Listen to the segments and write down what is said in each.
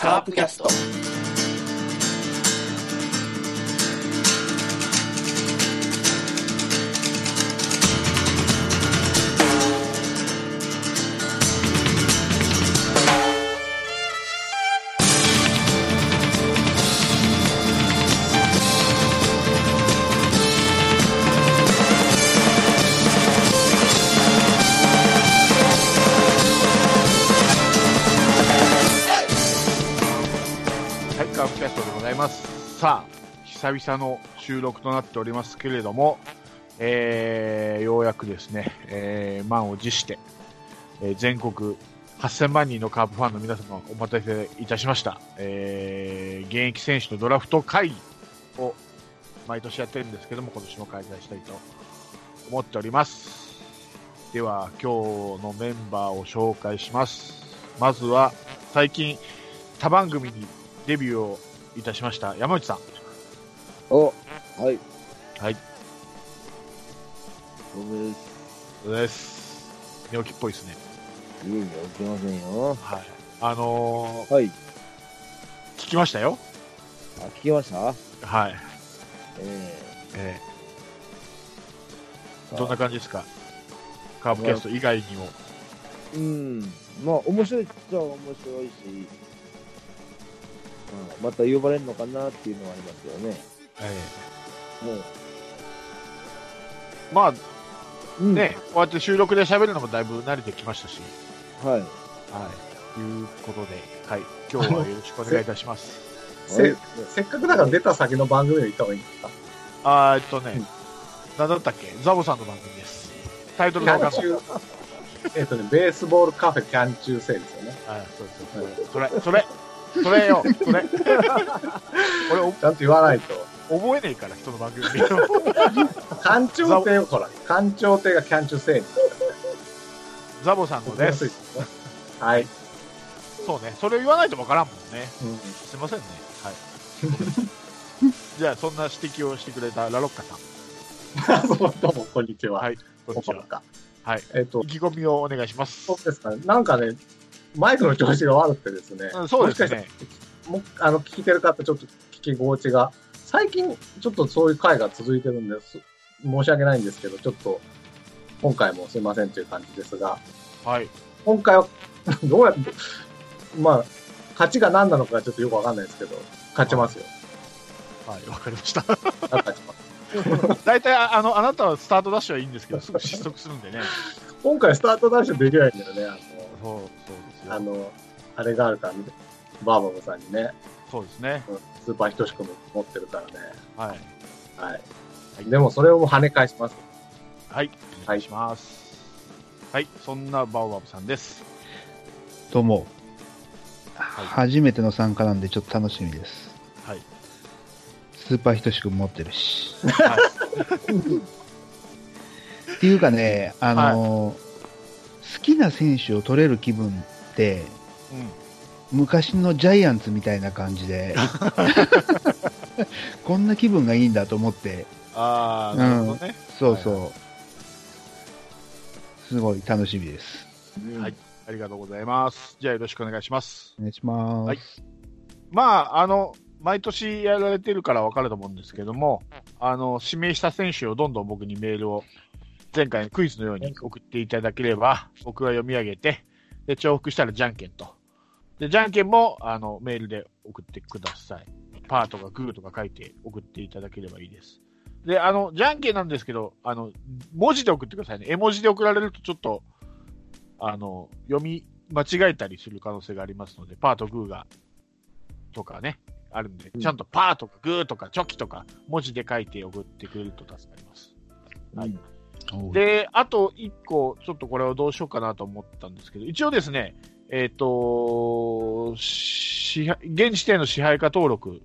カープキャストはい、カープキャストでございます。さあ、久々の収録となっておりますけれども、えー、ようやくですね、えー、満を持して、えー全国8000万人のカープファンの皆様お待たせいたしました。えー、現役選手のドラフト会議を毎年やってるんですけども、今年も開催したいと思っております。では、今日のメンバーを紹介します。まずは、最近、他番組にデビューをいたしました山内さん。お、はい。はい。僕です。です。寝起きっぽいですね。いえいえ、起きませんよ。はい。あのーはい。聞きましたよ。あ、聞きましたはい。えええー、どんな感じですかカーブキャスト以外にも。うん。まあ、面白いっちゃ面白いし、うん、また呼ばれるのかなっていうのはありますよね。えもうー、まあ、うんね、こうやって収録で喋るのもだいぶ慣れてきましたし。はい。はい。ということで、はい。今日はよろしくお願いいたし ます。せはいせっかくだから出た先の番組を行った方がいいんですかあーえっとねうん、何だったっけザボさんの番組です。タイトキルがャ分かンんない。中、えっとね、ベースボールカフェキャン中生ですよね。はい、そうです。それ、それ、それよ、それ。俺、おちゃんと言わないと。覚えねえから、人の番組。官庁亭を、ほら、官庁亭がキャン中生に ザボさんの覚えでやすいすで。すね。はい。そうね、それを言わないとわからんもんね。うんすいませんね。はい。 じゃあ、そんな指摘をしてくれたラロッカさん、あ そうどうも、こんにちは。。はいいこんにちは。か。はい。えっと意、気込みをお願いしますそう。ですかね。なんかね、マイクの調子が悪くてですね。うんそうですもしね。かしたら。もうあの、聞いてる方、ちょっと聞き心地が。最近、ちょっとそういう回が続いてるんです。申し訳ないんですけど、ちょっと、今回もすいませんという感じですが、はい。今回は、 どうやって、まあ、勝ちが何なのかちょっとよくわかんないですけど、勝ちますよ。はい、わかりました。 勝ちます。大体、あの、あなたはスタートダッシュはいいんですけど、すぐ失速するんでね。今回スタートダッシュできないんだよね、そう、そうですあの、あよ。のあれがあるからね、バーバムさんにね、そうですね。スーパーひとしくも持ってるからね。はい。はい。はいでもそれを跳ね返します。はい、お願いします。はい、そんなバオバブさんです。どうも、い初めての参加なんでちょっと楽しみです。はい。スーパーひとしくん持ってるし。はい、っていう かね、あのー好きな選手を取れる気分って、う昔のジャイアンツみたいな感 じで、こんな気分がいいんだと思って、ん。ああ、なるほどね。そうそう、すごい楽しみです。うんはいありがとうございます。じゃあよろしくお願いします。お願いします。はいまあ、あの、毎年やられてるからわかると思うんですけども、あの、指名した選手をどんどん僕にメールを、前回のクイズのように送っていただければ、僕が読み上げて、で、重複したらじゃんけんと。で、じゃんけんも、あの、メールで送ってください。パーとかグーとか書いて送っていただければいいです。で、あの、じゃんけんなんですけど、あの、文字で送ってくださいね。絵文字で送られるとちょっと、あの、読み間違えたりする可能性がありますので、パーとグーが、とかね、あるんで、ちゃんとパーとかグーとかチョキとか、文字で書いて送ってくれると助かります。はいおうで、あと一個、ちょっとこれをどうしようかなと思ったんですけど、一応ですね、えっ、と、支配現時点の支配下登録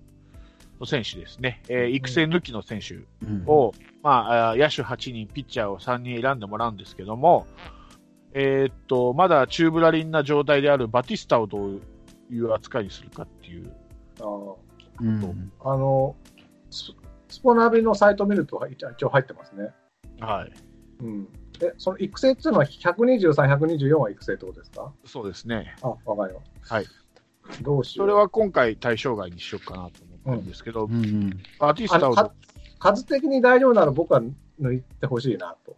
の選手ですね、えー育成抜きの選手うんを、まあ、あー野手8人、ピッチャーを3人選んでもらうんですけども、えっ、と、まだチューブラリンな状態であるバティスタをどういう扱いにするかっていう、あのうんあのススポナビのサイト見ると一応入ってますね。はい。うん。え、その育成っていうのは123、124は育成ってことですかそうですね。あ、わかります。はい。どうしよ。そうれは今回対象外にしようかなと思ったんですけど、うんうん。アーティあスタのをか数的に大丈夫なら僕は抜いてほしいなと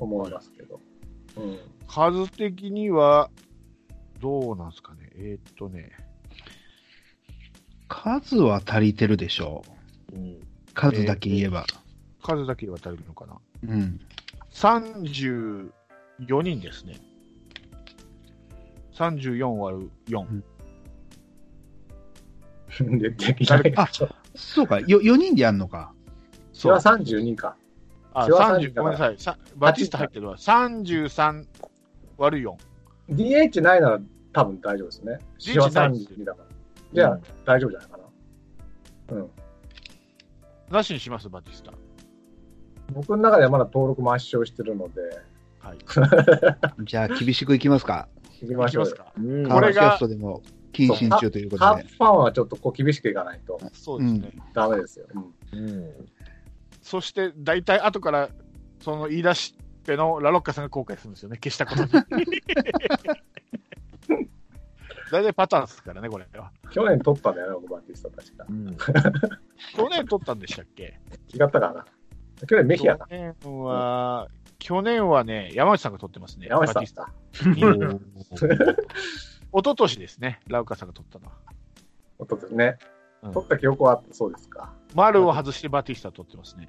思いますけど。うん。数的には、どうなんですかね。えーっとね、数は足りてるでしょう。数だけ言えば。数だけ渡れるのかな。うん。 34人ですね。34割る4。でできない。あそうか、よ4人でやんのか。それは32か。あ、シワさん30、ごめんなさい。さバチスタ入ってるわ。33割る DH ないなら多分大丈夫ですね。シワ32だから。 4。じゃあう大丈夫じゃないかな。うん。んなしにします、バチスタ。僕の中ではまだ登録も圧勝してるので、はい。じゃあ、厳しくいきますか。行きいまきしょうまよす。か。うんカこーれキがャストでも謹慎中というこカとーでプ。ファンはちょっとこう厳しくいかないとそうですね。ダメですよ。うんうんそして、大体後から、その言い出しっぺのラロッカさんが後悔するんですよね。消したこと に。大体パターンですからね、これは。去年取ったんだよね、僕バッティスタ確か。うん去年取ったんでしたっけ違ったかな。去年メヒアか。去年は、去年はね、山内さんが取ってますね。山下バティスさんか。 一昨年ですね、ラウカさんが取ったのは。おととしねうん。取った記憶はあったそうですか。丸を外してバティスタ取ってますね。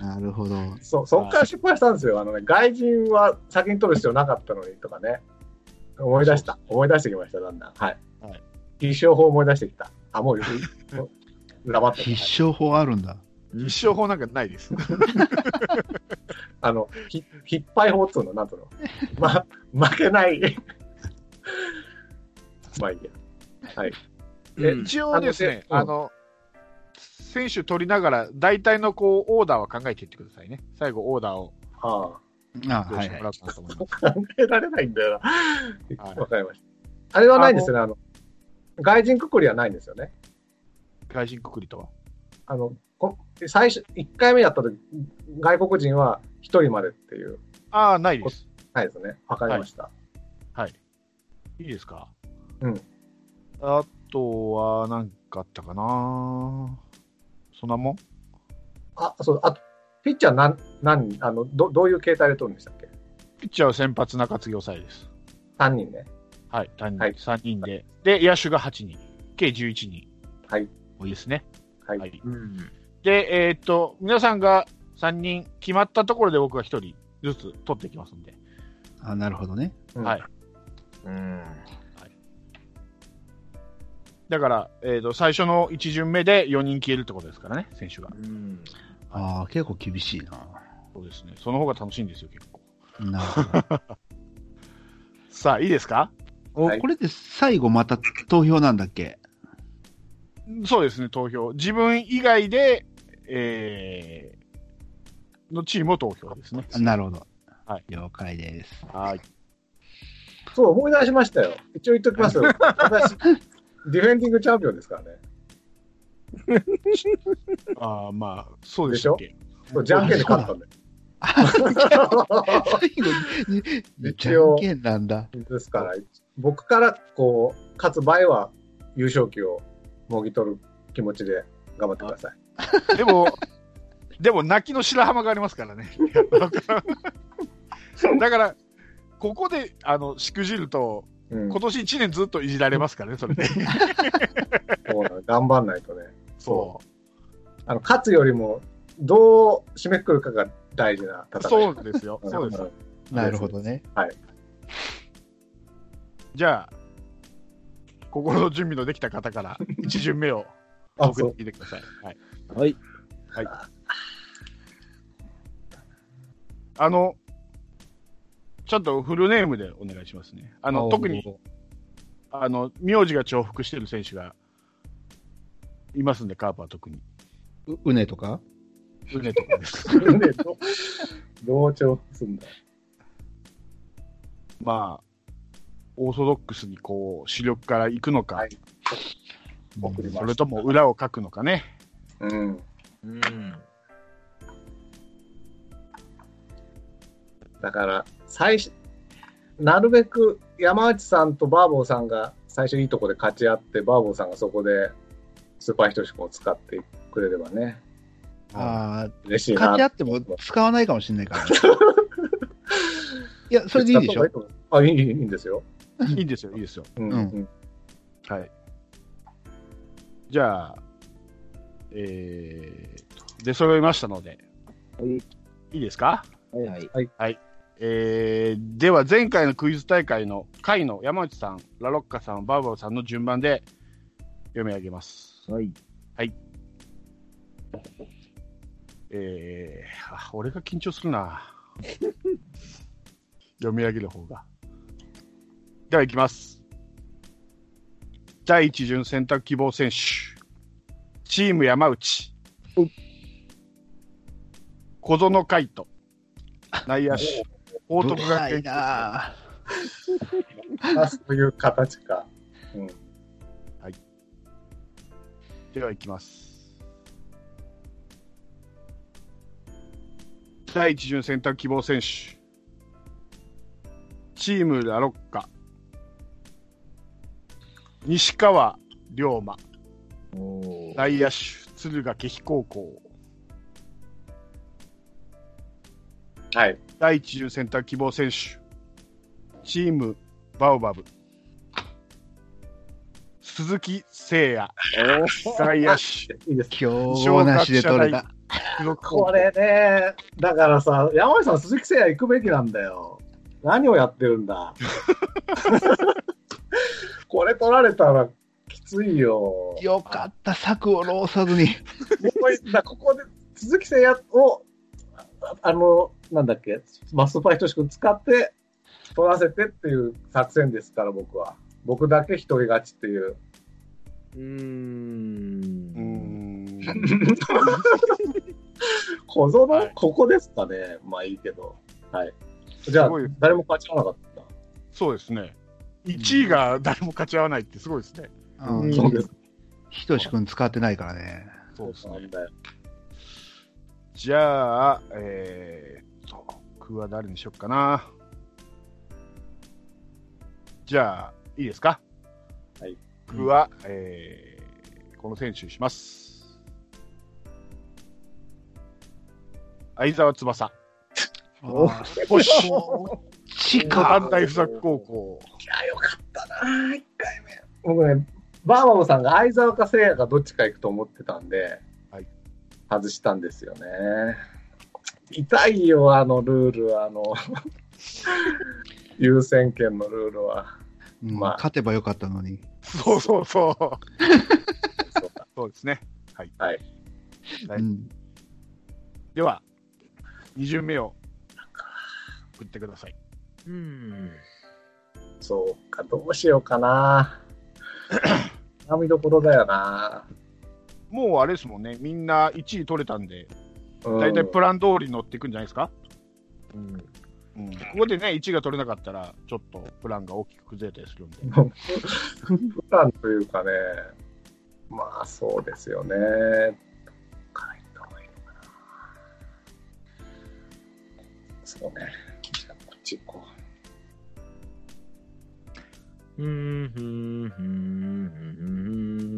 なるほど。そう、そっから失敗したんですよ。あのね、外人は先に取る必要なかったのにとかね。思い出した。思い出してきました、だんだん。はい。はい必勝法思い出してきた。あ、もう、黙って必る。勝法あるんだ。一生法なんかないです。あの、ひ、引っ張り法っつうの、なんつうの。ま、負けない。 まあいいや。はい。でうん一応ですね、ああのの、選手取りながら、大体のこう、オーダーは考えていってくださいね。最後、オーダーをああ、あ用は意しいてはいも。らおうかなと思います。考えられないんだよな。はいわかりました。あれはないんですよね、あの、外人くくりはないんですよね。外人くくりとは。あの、こ最初、1回目やった時、外国人は1人までっていう、ああ、ないです。はいですね。わかりました。はい。いいですかうん。あとは、なんかあったかなそんなもんあ、そう、あと、ピッチャーなん、なん、あの、ど、どういう形態で取るんでしたっけピッチャーは先発中継ぎ抑えです。 ?3 人ね。はい、単人、はい3人で。で、野手が8人。計11人。はい。ですね。はい。はい。うんで、えーっと、皆さんが3人決まったところで僕が1人ずつ取っていきますんで。あなるほどね。うんはい。うんだから、えーっと、最初の1巡目で4人消えるってことですからね、選手が。うんああ、結構厳しいな。そうですね。その方が楽しいんですよ、結構。なるほど。さあ、いいですかお、はいこれで最後また投票なんだっけそうですね、投票。自分以外で、えー、のチームを投票ですね。なるほど。はい了解です。はい。そう、思い出しましたよ。一応言っときますよ。私、ディフェンディングチャンピオンですからね。ああ、まあ、そうでしたっけそう、じゃんけんで勝ったんだよ。最後に、にじ一ゃん応けんなんだ。ですから、僕から、こう、勝つ場合は、優勝旗をもぎ取る気持ちで頑張ってください。でも、 でも泣きの白浜がありますからね。 だから、ここで、あの、しくじると、うん今。年1年ずっといじられますからね、それで。そうなの頑張んないとね。 そあの勝つよりもどう締めくくるかが大事なう。戦い。そんうですよ。そう です。なるほどね。じゃあ、心の準備のできた方から、1巡目をあ、送そっう。てきてください。はい。はいあの、ちょっとフルネームでお願いしますね。あの、特に、あの、名字が重複してる選手が、いますんで、カープは特に。う、うねとかうねとかです。 ねどどう調すんだ。まあ、オーソドックスにこう、主力から行くのか、はいうん送りますそれとも裏を書くのかね。うん。うんだから、最初、なるべく山内さんとバーボーさんが最初いいとこで勝ち合って、バーボーさんがそこでスーパーひとしこを使ってくれればね、ああ、嬉しいな。勝ち合っても使わないかもしれないから。いや、それでいいでしょ。あ、いい、いいいいんですよ。いいんですよ、いいですよ。うん。ううんん、はい。じゃあ、えー、出揃いましたので、はいいいですかはいはいえー、では前回のクイズ大会の回の山内さん、ラロッカさん、バーバーさんの順番で読み上げます。はいえー、あ、俺が緊張するな。 読み上げる方が。では、いきます。第一巡選択希望選手。チーム山内お。小園海斗。内野手。報ぶ徳れな学園い。なああそういう形か。うん。では、いきます。第一巡選択希望選手。チームラロッカ。西川龍馬。おー内野手、敦賀気比高校。はい。第一巡選択希望選手。チーム、バオバブ。鈴木誠也、お外野 手、いいです。強豪なしで取れた。付属高校これね、だからさ、山内さん、鈴木誠也行くべきなんだよ。何をやってる んだ。これ取られたらきついよ。よかった、策を浪さずに。ここだここで鈴木誠也を、ああの、なんだっけ、マスパイトシ君使って、取らせてっていう作戦ですから、僕は。僕だけ一人勝ちっていう。うーうーんん。小園、はいここですかね。まあいいけど。はい。じゃすあごい、誰も勝ちなかった。そうですね。1位が誰も勝ち合わないってすごいですね。ううんんそうです。ひとし君使ってないからね。そうですなんね。だよ。じゃあ、えーっと、僕は誰にしよっかな。じゃあ、いいですかはい。僕は、えーこの選手にします。相沢翼。おあーおし 近安大附属高校。あ、よかったな、一回目。僕ね、バーバボさんが相沢か聖也かどっちか行くと思ってたんで、はい外したんですよね。痛いよ、あのルールは、あの、 優先権のルールは。うんまあ勝てばよかったのに。そうそうそう。そう かそうですね。はい。はいはいうん では、2巡目を振ってください。うんそうか、どうしよう かな。悩みどころだよな。もうあれですもんね、みんな1位取れたんで、うん大体プラン通り乗っていくんじゃないですか、うんうん、ここでね、1位が取れなかったら、ちょっとプランが大きく崩れたりするんで、普段というかね、まあそうですよね。そうね。じゃあこっち行こう。うんうんうん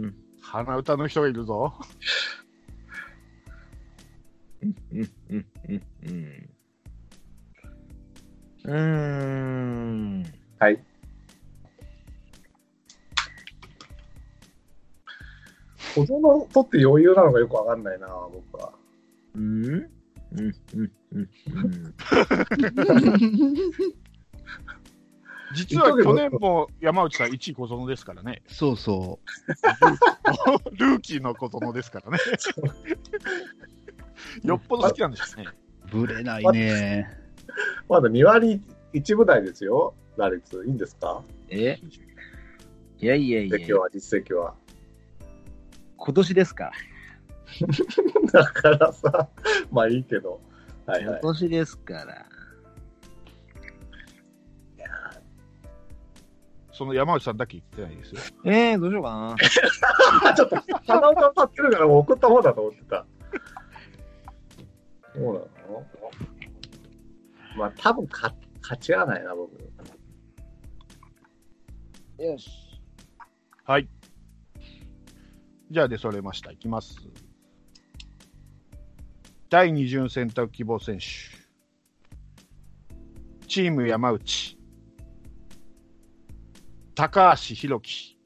うん鼻歌の人がいるぞ。うんうんうんうんうーんはい。子供とって余裕なのかよくわかんないな、僕は。うんうんうんうんうん実は去年も山内さん1位小園ですから ね、そうそルーキーの小園ですからね。 よっぽど好きなんですね。う。ぶれないね。まだ2割1分台ですよ、打率。いいんですかえいやいやいや実績は、実績は。 今年ですかだからさ、まあいいけど。はいは今い。年ですからその山内さんだけ言ってないですよ。えー、どうしようかなあちょっと、鼻歌歌ってるからもう送った方だと思ってた。そうなのまあ、多分勝勝ち合わないな、僕。よし。じゃあ出それました。いきます。第二巡選択希望選手。チーム山内。高橋宏樹。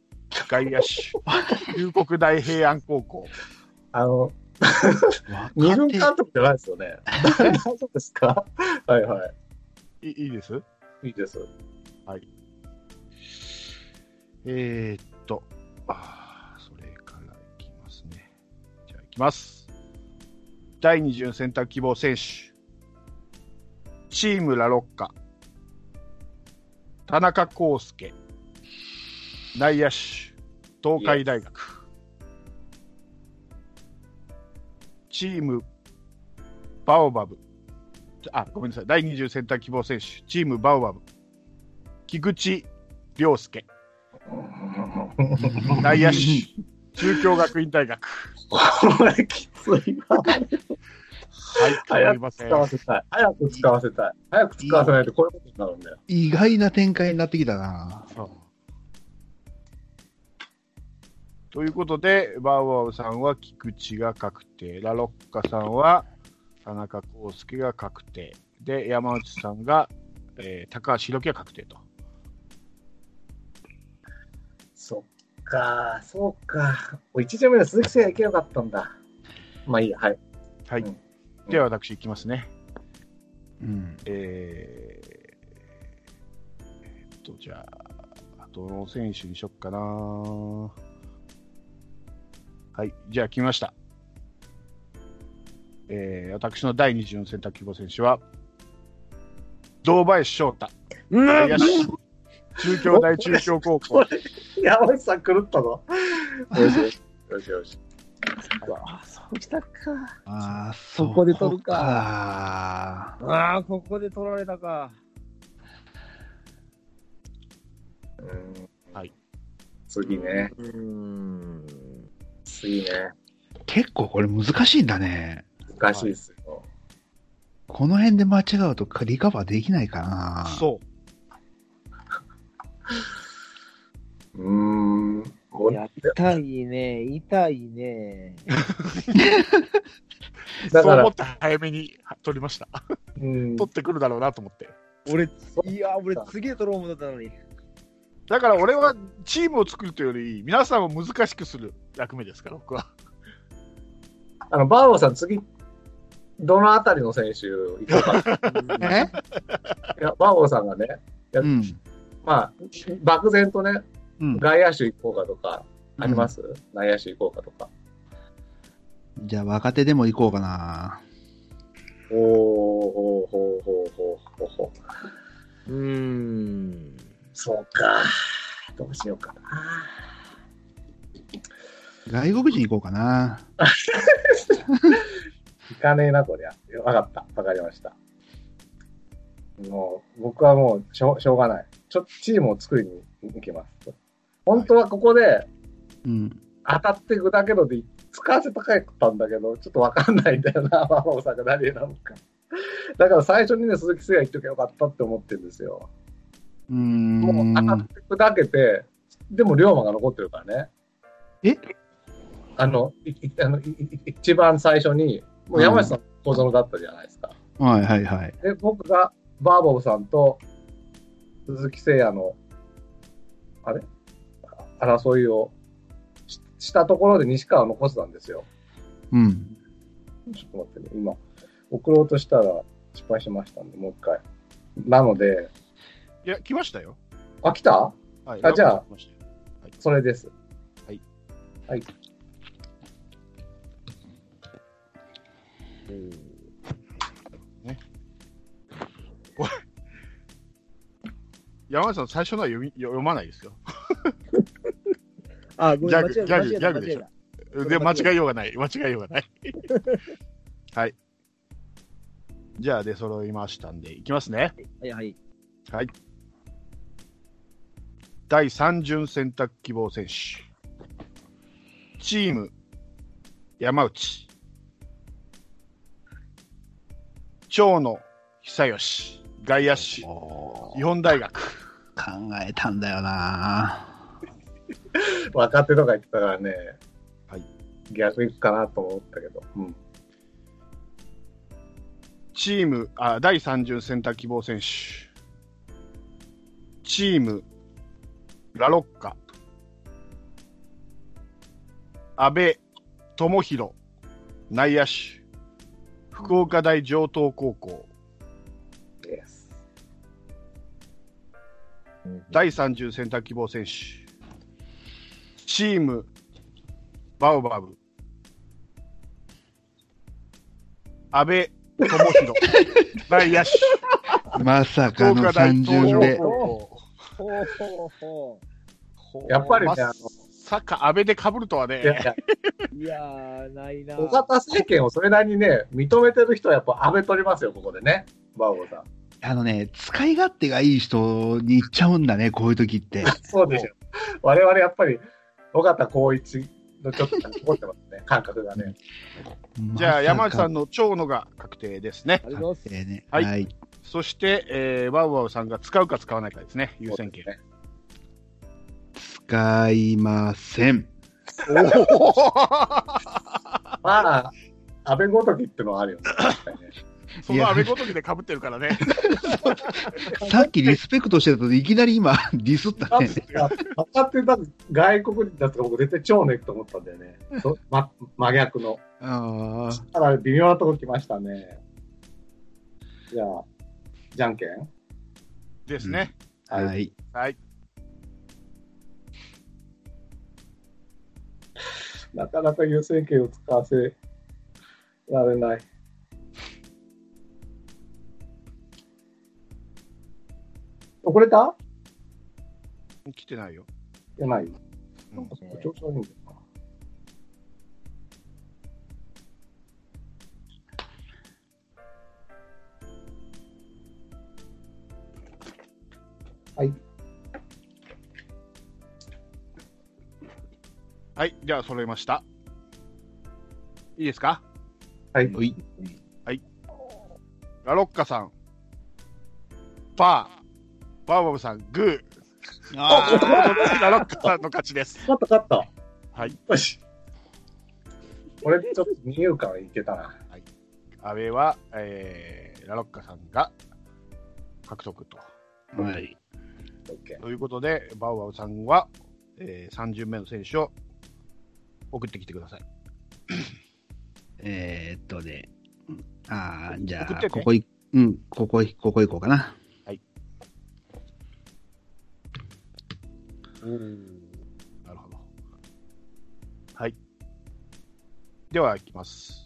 外野手。龍谷大平安高校。あの、二若軍手監督じゃないですよね。大丈夫ですかはいはいいいですい。いいです。えー、っと、あーそれからいきますね。じゃあいきます。第二巡選択希望選手。チームラロッカ。田中康介。内野手。東海大学。チームバオバブ。あ、ごめんなさい。第二巡選択希望選手。チームバオバブ。菊池涼介。内野手、中京学院大学。これきついな。はい、 変わりません。使わせたい。早く使わせたい。早く使わせないとこういうことになるんだよ。意外な展開になってきたな。ということで、バウアウさんは菊池が確定、ラロッカさんは田中康介が確定、で、山内さんが、えー高橋宏樹が確定と。そっか、そうか。一巡目の鈴木誠也いけよかったんだ。まあいいや、はい。はい。うんでは、私いきますね。うん。えーえーっと、じゃあ、どの選手にしよっかな。はい、じゃあ、決めました。えー私の第二次の選択希望選手は、堂林翔太、うん外野手中京大中京高校、これ、山内さん狂ったぞ。よしよし。よしよし。あ、そうきたか。ああ、そそこで取るかか。ああ、ここで取られたか。うんはい。次ね。うーん。次ね。結構これ難しいんだね。難しいですよ。この辺で間違うとリカバーできないかな。そう、うーん。こいや、痛いね、痛いね。そだうから思って早めに取りました。うん取ってくるだろうなと思って。俺、いや、俺、すげえ取ろうもんだったのに。だから俺はチームを作るというより、皆さんを難しくする役目ですから、僕は。あの、バーボンさん、次、どのあたりの選手行こうか。 えいや、バーボンさんがね、うん。まあ、漠然とね、うん。外野手行こうかとか、あります、内野手行こうかとか。じゃあ若手でも行こうかな。おー、ほうほうほうほうほうほう。うーん。そうか。どうしようかな。外国人行こうかな。行かねえな、こりゃ。わかった。わかりました。もう、僕はもうしょう、しょうがない。ちょ、チームを作りに行きます。本当はここで、うん。当たっていくだけので、使わせたかったんだけど、ちょっとわかんないんだよな、 馬王さんが何選ぶか。だから最初にね、鈴木誠也言っときゃよかったって思ってるんですよ。うーん。もう当たって砕けて、でも龍馬が残ってるからね。えあの、いいあのいい一番最初に、もう山内さん小園だったじゃないですか。はいはいはい。で、僕がバーボブさんと鈴木誠也の、あれ争いをししたところで西川を残したんですよ。うん。ちょっと待ってね、今、送ろうとしたら失敗しましたんで、もう一回。なので、いや、来ましたよ。あ、来たはい、あじゃあ来ましたよそれです。山内さん、最初のは読み読まないですよ。あ、ごめん、間違ギえャた、グギャグギャグ間違えた、間違え。でしたで、間違いようがない。間違いようがない。 はい。じゃあ、出揃いましたんで、いきますね。はいはい。第3巡選択希望選手。チーム、山内。長野久吉、外野手、おー日本大学。考えたんだよな若手とか言ってたからね、はい、逆行くかなと思ったけど、うん、チーム、あ、第3巡選択希望選手。チーム、ラロッカ。安倍智弘、内野手。福岡大上東高校。イエス。第3巡選択希望選手。チーム、バウバブ。安倍智弘、内野手。まさ福かの岡大3東巡上で高。校。ほうほうほやっぱりねまさサッカー、安倍で被るとはいやいね、や、う。いやー、ないな。小型政権をそれなりにね、認めてる人はやっぱ安倍取りますよ、ここでね、バオさん。あのね、使い勝手がいい人に行っちゃうんだね、こういう時って。そうですよ。我々やっぱり、尾形光一のちょっと残ってますね、感覚がね。じゃあ山内さの。んの長野が確定ですねあ。りがとうございます。えーね、ははいい。そして、えー、ワウワウさんが使うか使わないかですね、優先権。ね。使いません。おーまあ、安倍ごときってのはあるよね。確かにね その安倍ごときで被ってるから ね。 さっきリスペクトしてたといきなり今、 ディスったね。だって分かってた外国人だったら僕絶対超ネックと思ったんだよね。そま、真逆の。ああ。ただ微妙なとこ来ましたね。じゃあ、じゃんけんですね。はい。はい。なかなか優先権を使わせられない。遅れた来てないよ。いやない。うんなんかそこ調子悪いんだよな。はい。では、揃いました。いいですかはい。おいラロッカさん、パー、バウバブさん、グー。ラロッカさんの勝ちです。勝った勝った。はい。よし。俺、ちょっと二遊間いけたな。安倍は、えー、ラロッカさんが獲得と。はい。オッケーということで、バウバウさんは、えー、3巡目の選手を送ってきてください。えー、っとね。ああ、じゃ送っあて、ねここい、うん、ここい、ここ行こうかな。なるほど。はい。では、いきます。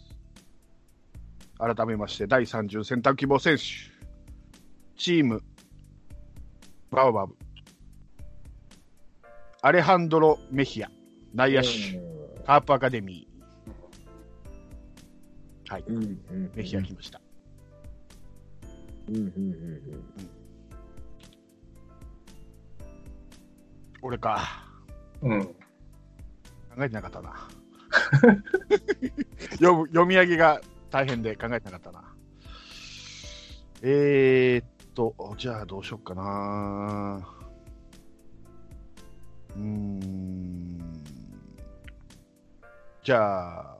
改めまして、第30選択希望選手。チーム、バウバブ。アレハンドロ・メヒア、内野手、カープアカデミー。はい、メヒア来ました。俺か。うん。 考えてなかったな 読む読み上げが大変で考えてなかったなえー、っとじゃあどうしよっかなうーんじゃあ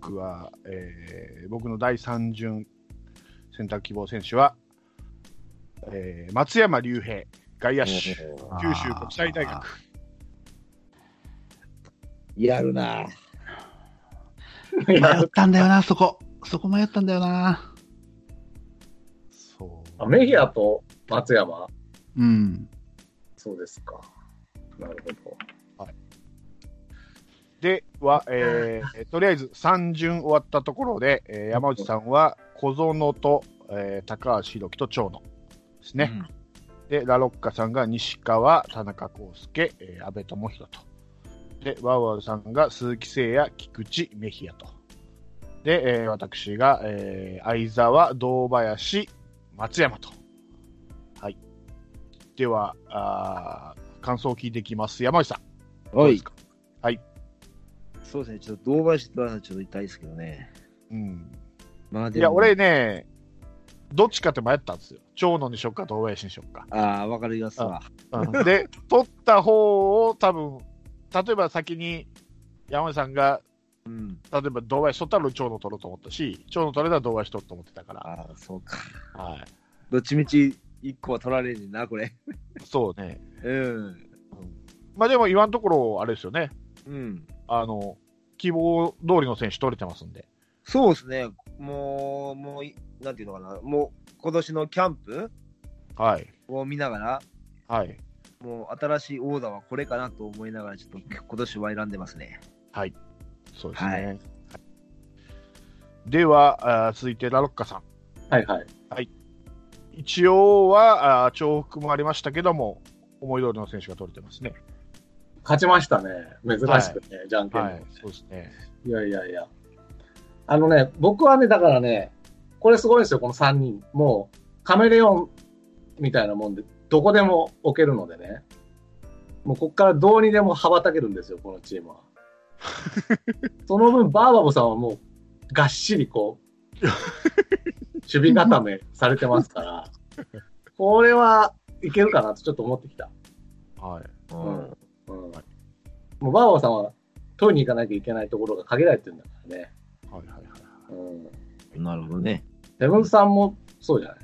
僕は、えー僕の第3巡選択希望選手は、えー松山竜平外野手九州国際大学やるな。迷ったんだよな、そこ。そこ迷ったんだよな。そうあメヒアと松山うん。そうですか。なるほど。では、えーとりあえず3巡終わったところで、えー山内さんは小園と、えー高橋宏樹と長野ですね、でラロッカさんが西川、田中康介、えー、安倍智弘とでワウワウさんが鈴木誠也、菊池、メヒアとで、えー私が、えー相澤、堂林、松山とはいではあー感想を聞いていきます山内さんどはうでいす。かはい、そうですね、ちょっと堂林とはちょっと痛いですけどね。うんまあいでもや、俺ね、どっちかって迷ったんですよ。長野にしよっか、東林にしよっか。ああ、わかりますわ。うんで、取った方を多分、例えば先に山根さんが、うん。例えば同林取ったら長野取ろうと思ったし、長野取れたら同林取ろうと思ってたから、ああ、そうか。はどっちみち一個は取られんねんな、これ。い、そうね。うん。まあでも今のところ、あれですよね、うん。あの、希望通りの選手取れてますんで。そうですね。もう、もうい、なんていうのかな。もう、今年のキャンプはい。を見ながら、はい。もう新しいオーダーはこれかなと思いながら、ちょっと今年は選んでますね。はい。そうですね。ははいいでは、あー続いてラロッカさん。はいはい。一応は、あー重複もありましたけども、思い通りの選手が取れてますね。勝ちましたね。珍しくね、じゃんけんで、はい。そうですね。いやいやいや。あのね、僕はね、だからね、これすごいんですよ、この3人。もう、カメレオンみたいなもんで、どこでも置けるのでね。もうこっからどうにでも羽ばたけるんですよ、このチ ームは。その分、バーバブさんはもう、がっしりこ う、守備固めされてますから、これはいけるかなとちょっと思ってきた。はい。うんうんはいもうバーバさんは取りに行かなきゃいけないところが限られてるんだからね。はいはいはい。うん。なるほどね。セブンさんもそうじゃない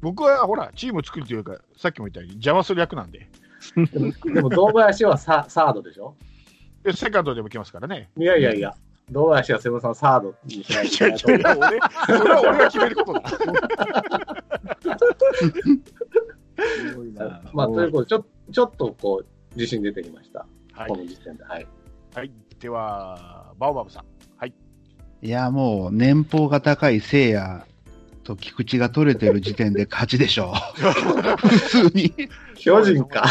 僕はほら、チーム作るというか、さっきも言ったように邪魔する役なんで、でも、でも堂林はサ サードでしょでセカンドでも来ますから ね。いやいやいや、堂林はセブンさんサードにしないといけないと思う。や、俺、それは俺が決めることだ。すごいな。まあ、ということで、ちょちょっとこう、自信出てきました。はこのい。時点で。はい。はい、では、バオバブさん。いや、もう年俸が高い聖夜と菊池が取れてる時点で勝ちで しょう。普通に。巨人か。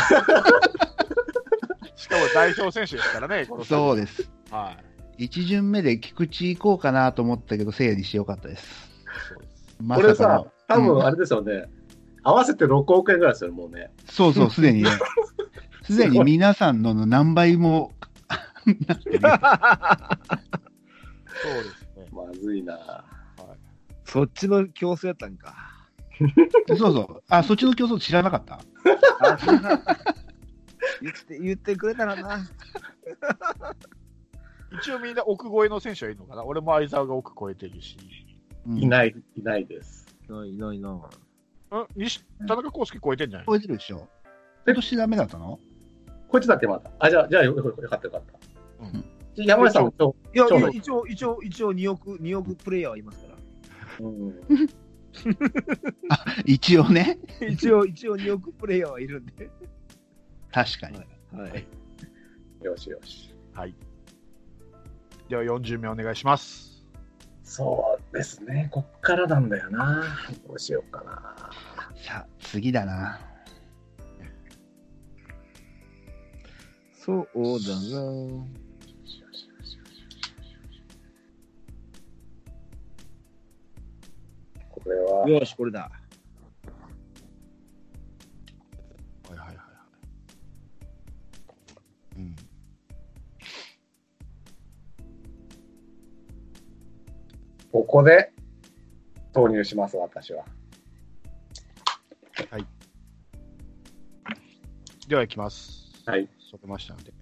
しかも代表選手ですからね、このそうでです。す。はい。一巡目で菊池行こうかなと思ったけど、聖夜にしてよかったです。そうです。まこれさかのさ。、多分あれですよね。合わせて6億円ぐらいですよね、もうね。そうそう、すでにね。すでに皆さんの何倍も、なってそうでるすね。まずいな。そっちの競争やったんか。そうそう。あ、そっちの競争知らなかったあそんな言って言ってくれたらな。一応みんな奥越えの選手はいるのかな俺も相沢が奥越えてるし。うんいない、いないです。ないないな。うん西田中康介越えてんじゃない覚えてるでしょ今年ダメだったのこっちだっけまだ。あ、じゃあ、じゃあよよよかったよかった。うん山根さんも今日、いやそうなの一応一応一応二億二億プレイヤーはいますから。うん、一応ね。 一応一応二億プレイヤーはいるんで。確かに。はい。よしよし。では40名お願いします。そうですね、こっからなんだよな。どうしようかな。さあ、次だな。そうだな。これは、よしこれだ。はいはいはいはい。うん。ここで投入します、私は。では行きます。はい。それましたので。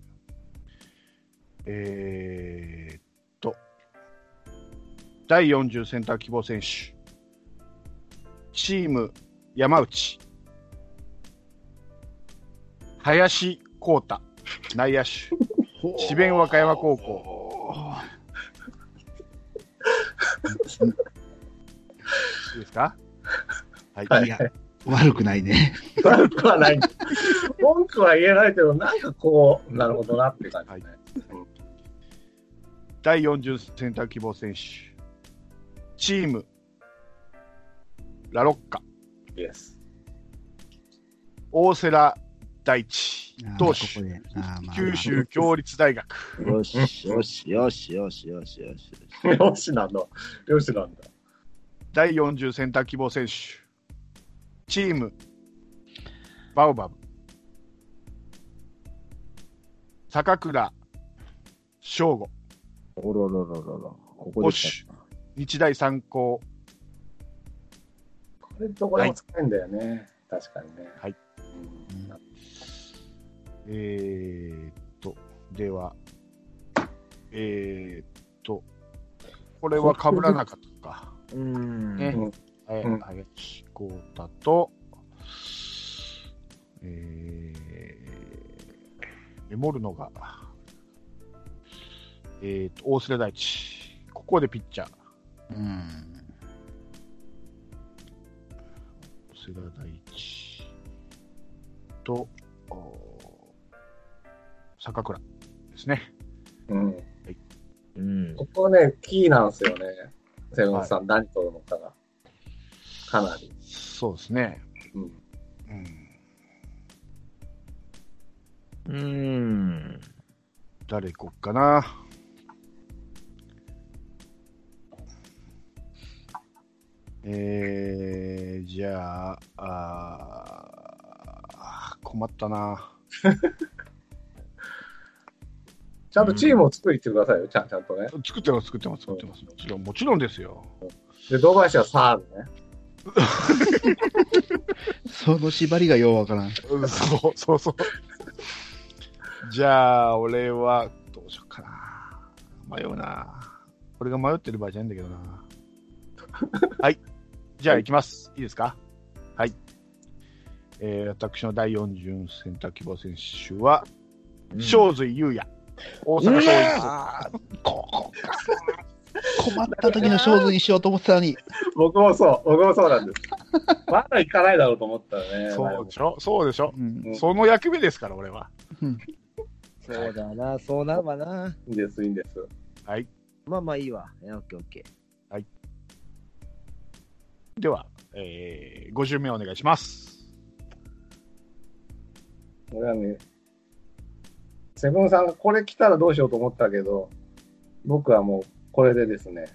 えーっと、第40センター希望選手、チーム山内、林光太、内野手、智弁和歌山高校、いいですかはい。はいや、悪くないね。文句はない。文句は言えないけど、なんかこう、なるほどなって感じね。第40センター希望選手、チーム、ラロッカ、イエス。大瀬良大地あー、投手ここ。であーまあ九州共立大学。よしよしよしよしよしよし。よしなんだ。よしなんだ。第40センター希望選手、チーム、バウバブ、坂倉、翔吾、おろろろろろ。ここ保守、日大三高、れどこでも使えるんだよね。確かにね。はいうん。えー、っと、では、えー、っと、これは被らなかったか。うん。ねうんはい、うんはい、飛行だと、えー、メモるのが、えー、っと、大須根大地。ここでピッチャー。うん。世良大地と、お坂倉ですね。うんうん。ここね、キーなんですよね。セブンさん、何取るのかが。かなり。そうですね。うん。うん、うん。誰行こっかな。えー、じゃあ、あー困ったな。ちゃんとチームを作りってくださいよ、ちゃんちゃんとね。作ってます、作ってます、作ってます。もちろん、もちろんですよ。で、堂林はサードね。その縛りがようわからん。うんそう、そうそう。じゃあ、俺は、どうしようかな。迷うな。俺が迷ってる場合じゃないんだけどな。はい。じゃあ、行きます。いいですかはい。えー、私の第4巡選択希望選手は、正髄優也。大阪桐蔭。ここか。困った時の勝負にしようと思ってたのに。僕もそう、僕もそうなんです。まだ行かないだろうと思ったらね。そうでしょそうでしょうん。その役目ですから、俺は。そうだな、そうなるわな。いいんです、いいんです。はい。まあまあいいわ。いやオッケーオッケでは、えー、5巡目お願いします。俺はね、セブンさんがこれ来たらどうしようと思ったけど、僕はもうこれでですね、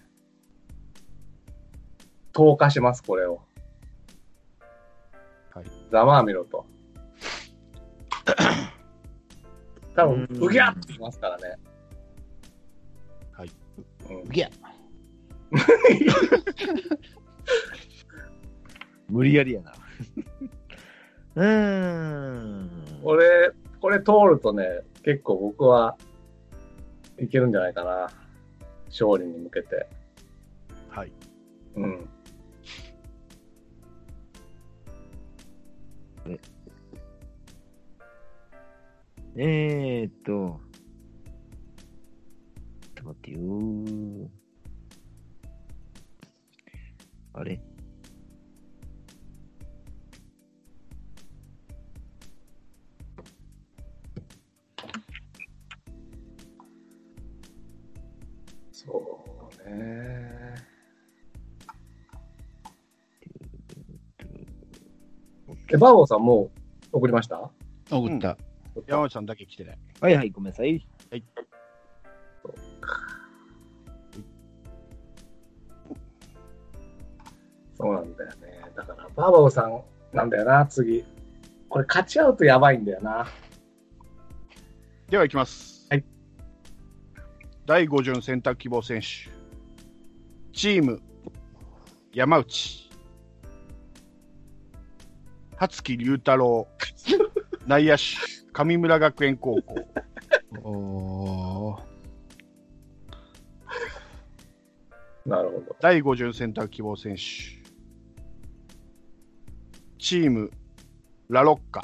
投下します、これを。はい。ざまあみろと。多分、うんうぎゃってきますからね。はい。うん、ギャー。無理やりやな。 うーん。これ、これ通るとね、結構僕はいけるんじゃないかな。勝利に向けて。はい。うん。えー、っと、ちょっと待ってよー。あれそうね。え、バーボンさんもう送りました送った。山内さんだけ来てない。はいはい、ごめんなさい。そうなんだよね。だから、バーボンさんなんだよな、次。これ勝ち合うとやばいんだよな。では行きます。はい。第5巡選択希望選手。チーム、山内。葉月龍太 郎。内野手、上村学園高校。おー。なるほど。第5巡選択希望選手。チーム、ラロッカ。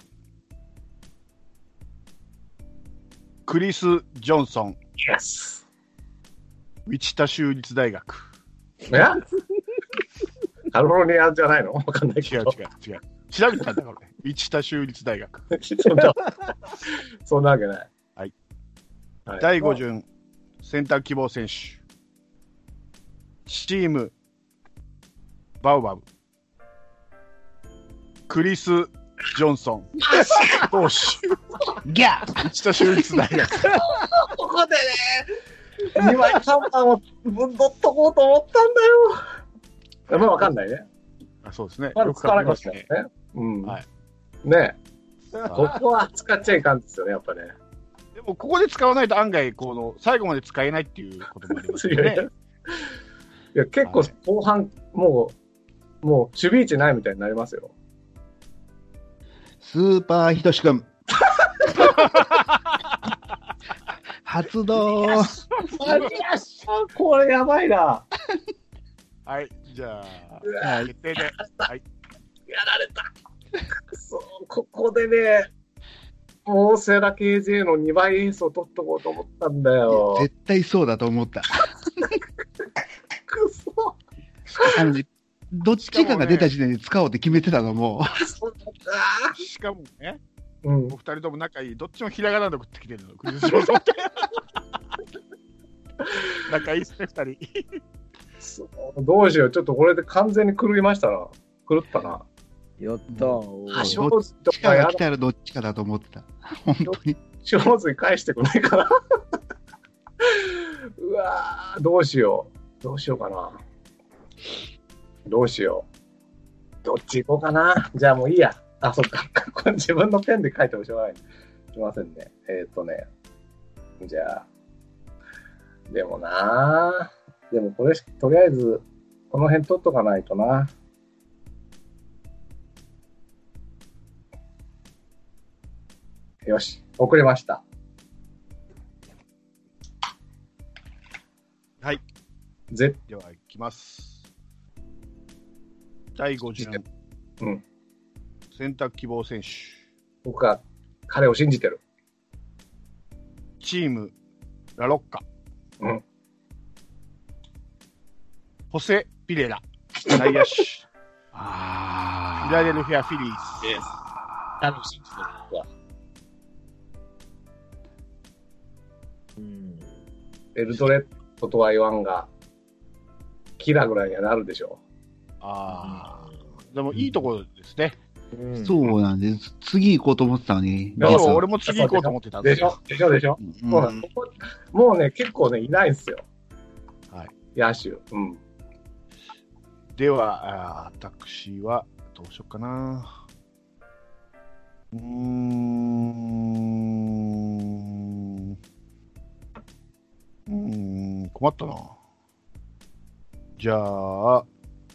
クリス・ジョンソン、イ エスウィチタ州立大学。えカルフォルニアじゃないのわかんない違けうど。違う違う。調べたんだから、一田州立大学。そんな、そんなわけない。はいはい。第5巡、選択希望選手。チーム、バウバウ。クリス・ジョンソン。投手、ギャー一田州立大学。ここでね、2枚看板をぶんどっとこうと思ったんだよ。まあ、わかんないね。あそうですね。まだ使わなかったよねね。。うん。はいねえこあこは使っちゃいかんですよね、やっぱね。でも、ここで使わないと案外、この、最後まで使えない っていうこともありますよいやいねや。いや、結構はい後半、もう、もう守備位置ないみたいになりますよ。スーパーひとしくん。発動。これやばいな。はい、じゃあ、はい決定で。やられた。そう、ここでね、もうセラ KJ の2倍エースを取っとこうと思ったんだよ。絶対そうだと思った。くそ。あのねどっちかが出た時点で使おうって決めてたのも、そうか。しかもね、うんお二。人とも仲いい、どっちもひらがなで送ってきてる の、クイズ上手って。仲いいですね、二人。そうどうしよう。ちょっとこれで完全に狂いましたな。狂ったな。やったはー。い正直とどっちかかやが だ来。たらどっちかだと思ってた。本当に。正直返してくれないかな。 うわーどうしよう。どうしようかな。どうしよう。どっち行こうかな。じゃあもういいや。あ、そっか。 これ自分のペンで書いてもしょうがない。すいませんね。えーっ、とね。じゃあ。でもなーでもこれ、とりあえず、この辺取っとかないとな。よし。遅れました。はい、ぜでは、いきます。第5巡。うん選択希望選手。僕は彼を信じてる。チーム、ラロッカ。うんホセ・ピレラ。内野手。フあィあラデルフィア・フィリーズ。彼を信じてる。僕はうんエルドレッドとは言わんが、キラぐらいにはなるでしょああ。でも、いいところですね。うんそうなんです。次行こうと思ってたのに。や今そう俺も次行こうと思ってたんう。でですしよょ。でしょでしょ、うんそうなんですここもうね、結構ね、いないんですよ。はい。野手。うん。では、あー私はどうしようかな。うーん。うーん、困ったな。じゃあ、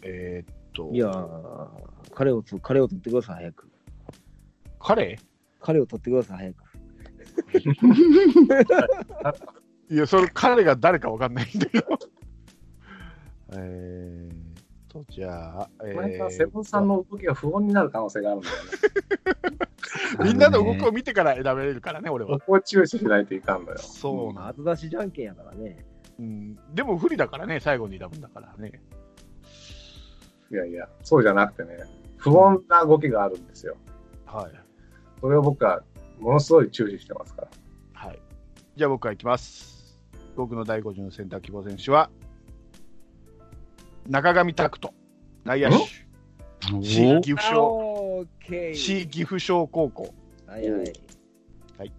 えーっと、いやー、彼をつ、彼を取ってください、早く。彼彼を取ってください、早く。いや、それ彼が誰かわかんないんだけど。 えーっと、じゃあ、えこれーからセブンさんの動きが不穏になる可能性があるんだよね。みんなの動あきのをね見てから選べるからね、俺こは。こを注視しないといかんのよ。そうなん後出しじゃんけんやからね。うん、でも不利だからね、最後に選ぶんだからね。いやいや、そうじゃなくてね、不穏な動きがあるんですよ。はい。それを僕はものすごい注視してますから。はい。じゃあ僕からいきます。僕の第5巡選択希望選手は、中上拓人、内野手、お C 岐阜商、オーケー。 C 岐阜商高校。はいはい。はい。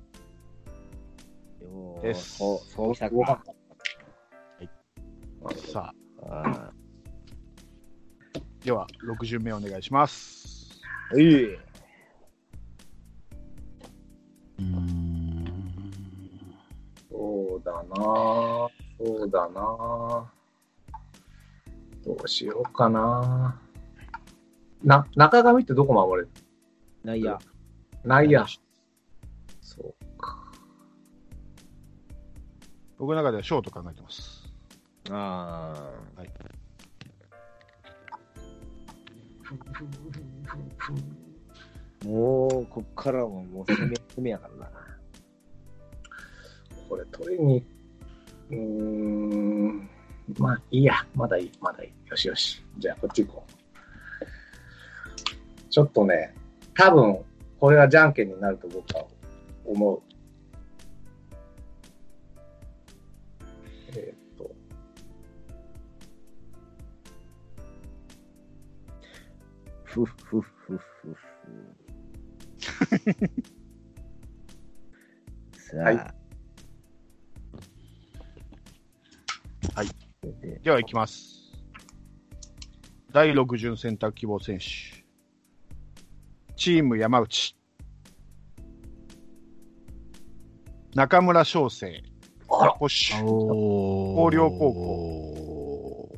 よーですそう、そうきたご飯か。さあ、あでは6巡目お願いします。ーいい。うーんそうだなぁそうだなぁどうしようかなぁな、中上ってどこ守れる内野。内野。そうか。僕の中ではショート考えてます。ああ。もう、こっからはもう攻め、攻めやからな。これ取りに、うーん、まあいいや。まだいい、まだいい。よしよし。じゃあこっち行こう。ちょっとね、多分、これはじゃんけんになると僕は思う。えーっと、ふっふっふっ ふっふ。さあ。はいはいで。では行きます。第6巡選択希望選手。チーム山内。中村翔成。あら保守。おー広陵高校。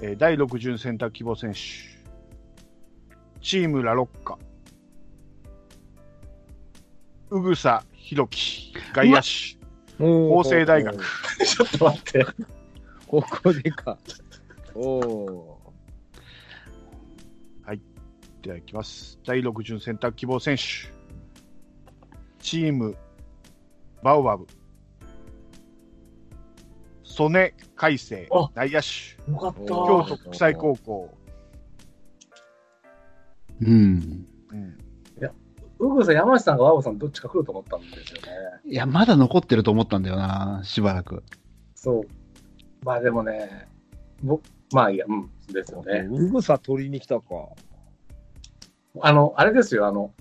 えー第6巡選択希望選手、チームラロッカ、うぐさひろき、外野手、法法政大学。ちょっと待って。ここでか。おおではいきます。第6巡選択希望選手、チームバウアブ、曽根海星あ、内野手、よかっ京ー今た日。都国際高校、うん。うん、ウグさん、山下さんがワオさんどっちか来ると思ったんですよね。いや、まだ残ってると思ったんだよな、しばらく。そう。まあでもね、僕、まあいいや、うん、ですよね。うぐさ取りに来たか。あの、あれですよ、あの、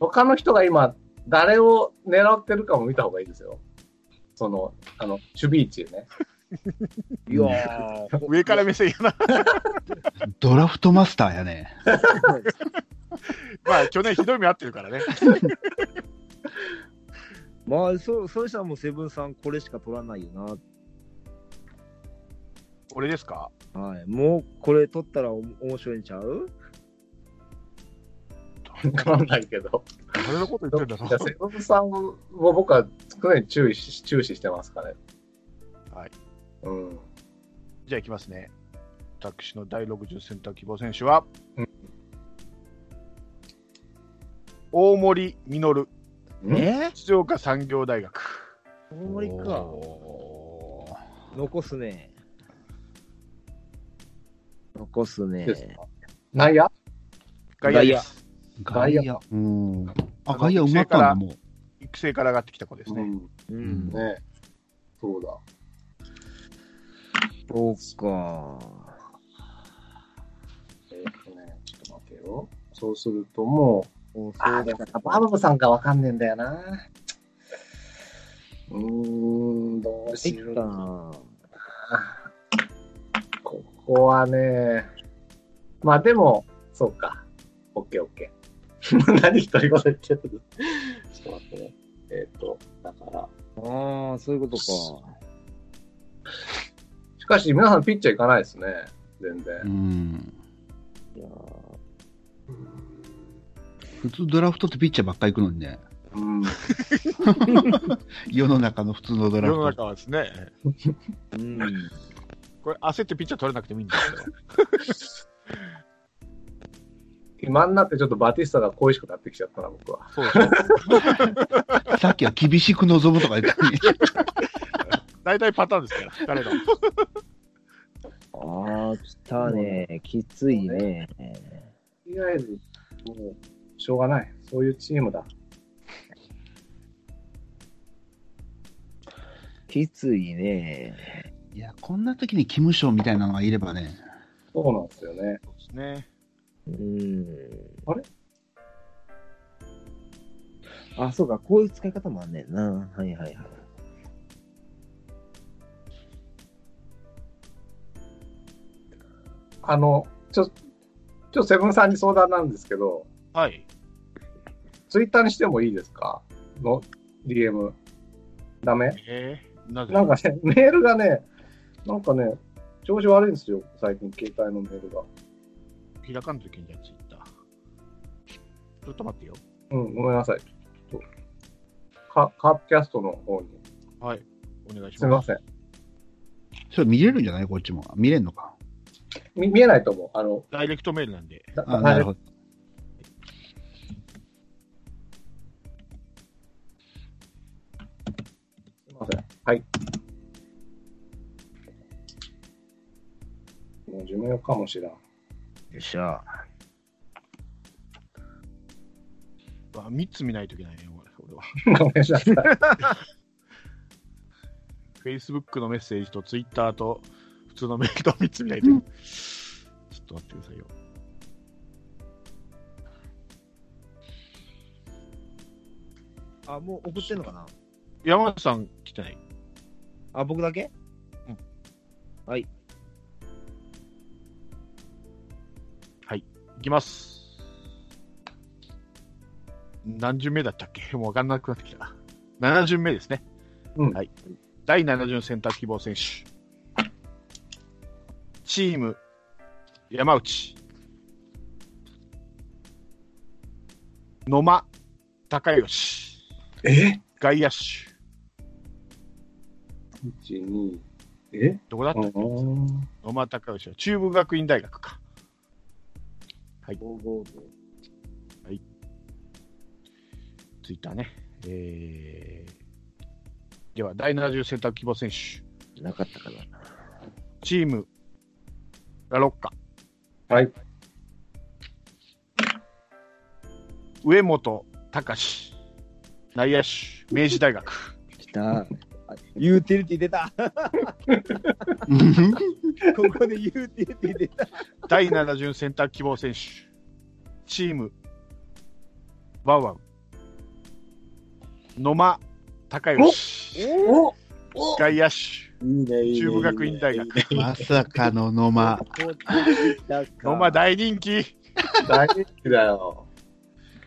他の人が今、誰を狙ってるかも見た方がいいですよ。その、あの、守備位置ね。 いや ー上から目線や な、ドラフトマスターやね。まあ去年ひどい目あってるからね、 まあ、そう、そうしたらもうセブンさんこれしか取らないよ俺ですかな。はい。もうこれ取ったらお面白いんちゃうわかんないけど。俺のこと言ってるんだじゃあ、ぞセ。ブンさんを僕は常に注意し、注視してますからね。はい。うん。 じゃあ行きますね。私の第60センター希望選手は、うん大森実、んえ静岡産業大学。大森か。おー残すね。残すね。ですか内野外野です。外外野。うん。あ、の外野埋まったんだ、もう。育成から上がってきた子ですうね。ん。ううんん。ねそうだ。そうか。えっとね、ちょっと待ってよ。そうするともおそうう、ああ、だでもやっぱアブブさんかわかんねえんだよな。うーん、どうし入よっうたかな。な。ここはね、まあでも、そうか。オッケーオッケー。 何一人言言ってるちょっと待ってね。えっ、と、だから。ああ、そういうことか。しかし、皆さんピッチャー行かないですね。全う然。ん。いやー普通ドラフトってピッチャーばっかり行くのにね。うん。世の中の普通のドラ世のフト。中はですね、うん。これ焦ってピッチャー取れなくてもいいんですけど、今になってちょっとバティスタが恋しくなってきちゃったな、僕は。 そうそうさっきは厳しく望むとか言ったのに。 大体パターンですから、誰の。ああ、来たね。きついね。とりあえず、もう、しょうがない。そういうチームだ。きついね。いや、こんな時にキムショーみたいなのがいればね。そうなんですよね。そうですね。うん。あれあ、そうか。こういう使い方もあんねんな。はいはいはい。あの、ちょ、ちょっとセブンさんに相談なんですけど、はい。ツイッターにしてもいいですかの DM。ダメえー、なぜなんかね、 メールがね、なんかね、調子悪いんですよ、最近、携帯のメールが。開かんといけんじゃん、ツイッター。ちょっと待ってよ。うん、ごめんなさい。ちょっと、カカープキャストの方に。はい。お願いしすみまます。せん。それ見れるんじゃないこっちも。見れんのか。み見えないと思う。あの、ダイレクトメールなんで。だあ、など。るほ ど。すみません。はい。もう寿命かもしらん。 よっしゃ。あ3つ見ないといけないね、俺は。ごめんなさい。 Facebook のメッセージと Twitter と普通のメールと3つ見ないといけない。ちょっと待ってくださいよ。あ、もう送ってんのかな山内さん来てない。あ、僕だけうん。はい。いきます。何巡目だったっけもう分かんなくなってきた。7巡目ですね。うんはい。第7巡選択希望選手。チーム、山内。野間、高吉。え外野手。一二えどこだっあたっけー野間高吉は中部学院大学か。五五ツイッターね。えー、では、第70選択希望選手。なかったかな。チーム、ラロッカ。はい。上本隆史。内野手、明治大学。来た。あユーティリティ出 た。ここでユーティリティ出た。第70選択希望選手。チーム、バウアウ。野間隆義。おお外野手、いいね、いいね。中部学院大学。まさかの野間。野間大人気。大人気だよ。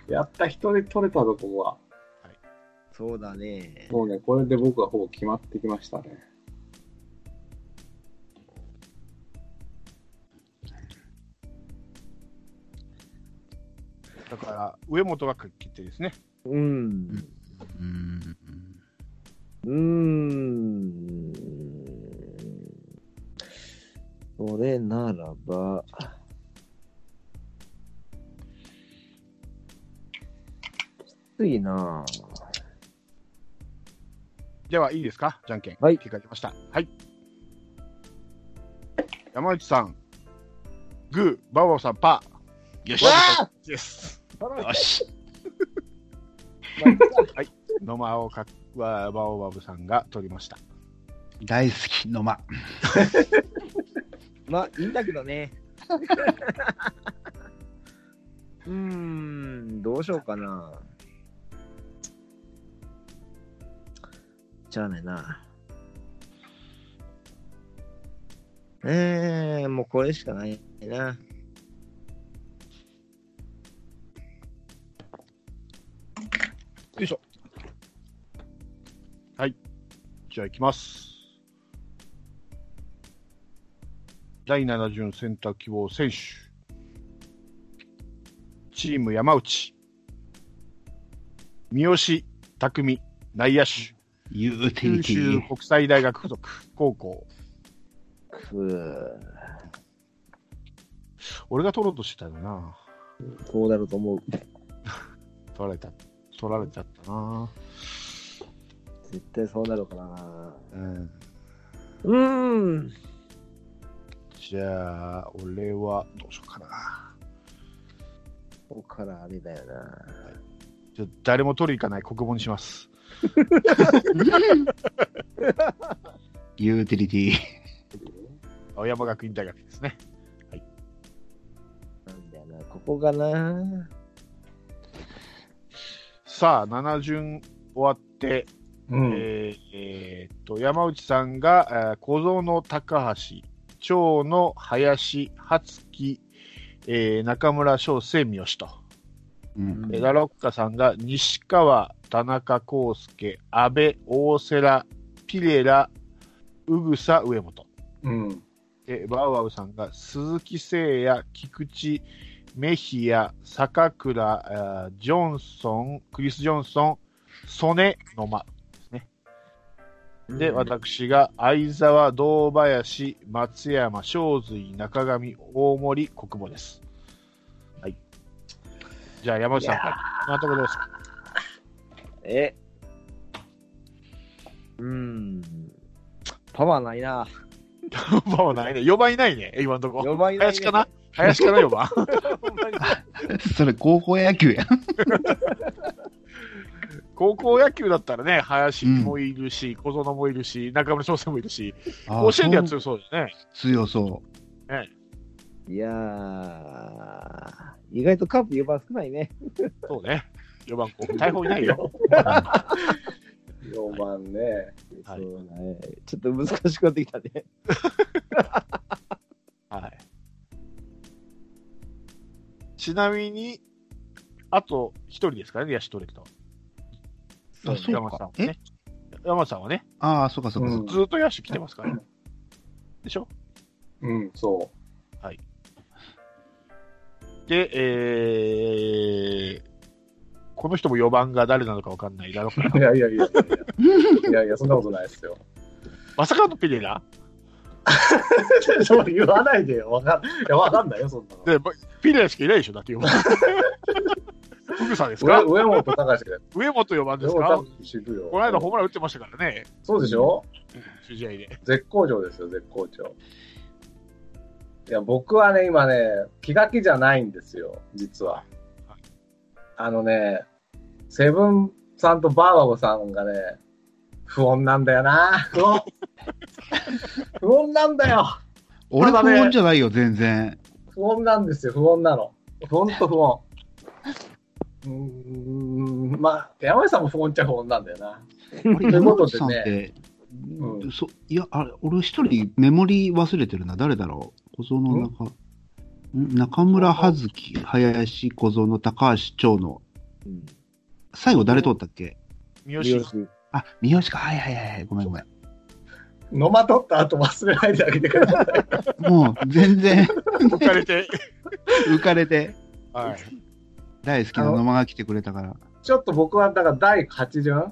やった人で取れたぞ、ここは。そうだね。もうね、これで僕はほぼ決まってきましたね。だから、上本が決定ですね。うん。うんうーん。それならば、きついなぁでは、いいですかじゃんけん。はい結果出ました。はい。山内さん、グー、バオバオさん、パー。よし。です。よし。野間をかはバオバブさんが取りました。大好き、野間。まあ、いいんだけどね。うーん、どうしようかな。じゃあねな。えー、もうこれしかないな。よいしょ。はい。じゃあ、いきます。第7巡選択希望選手。チーム山内。三好匠、内野手。ユーテ九ィリテ州ィ。国際大学附属高校。くー俺が取ろうとしてたよな。そうだろうと思う。取られた。取られちゃったな。絶対そうなるからな。うん。うーん。じゃあ、俺はどうしようかな。ここからあれだよな。じゃあ誰も取り行かない国語にします。ユーティリティ。青山学院大学ですね。なんだよな。ここがな。さあ、7巡終わって、うん。えーえーっと、山内さんが、えー小僧の高橋、長の林、初木、えー中村翔生、三好と。うんえーラロッカさんが西川、田中康介、安倍、大瀬良、ピレラ、宇草、上本。うん。えーバウアウさんが鈴木誠也、菊池、メヒア、坂倉、あージョンソン、クリス・ジョンソン、ソネ、野間。で、私が相沢、堂林、松山、正髄、中上、大森、小久保です。はい。じゃあ、山内さんから。今のところどうですかえ。うーん。パワーないな。 4番はないね。4番いないね、今のところ。 4番いない、ね。林かな林かな、4番。 それ高校野球やん。高校野球だったらね、林もいるし、小園もいるし、中村翔成もいるし、甲子園では強そうですね。強そう。いやー、意外とカープ4番少ないね。そうね。4番候補。大砲いないよ。 4番ね。はいそうだね。ちょっと難しくなってきたね。はい。ちなみに、あと1人ですからね、野手取れると。あそうか山田さんはね。山田さんはね、ああ、そうかそうかそううか。んずっと野手来てますからね。でしょうん、そで、えー、この人も4番が誰なのかわかんないだろう から う。いやいやいやいやいや。いやいや、そんなことないですよ。まさかのペレラ そう言わないでよ。わかんいやわかんないよ、そんなの。で、まペレラしかいないでしょ、だって4番。フグさんです上か上本隆が。上本4番で上す本か隆渋いよ。この間ホームラン打ってましたからね、そうでしょ試合で。絶好調ですよ、絶好調。いや、僕はね、今ね、気が気じゃないんですよ、実はは。あのね、セブンさんとバーバゴさんがね、不穏なんだよな。不穏不穏なんだよ。俺不ただね穏じゃないよ、全然。不穏なんですよ、不穏なの。ほんと不穏。うーん、まあ、山内さんも不穏っちゃ不穏なんだよな。俺という山こと内でねさんって、うんそいや、あれ、俺一人メモリー忘れてるな。誰だろう小僧の中、ん中村葉月、林、小僧の高橋長の。うん最後誰通ったっけ三好。あ、三好か。はいはいはいはい。ごめんごめん。飲まとった後忘れないであげてください。もう、全然浮かれて。浮かれて、 はい。大好きな野間が来てくれたから。ちょっと僕は、だから第8巡、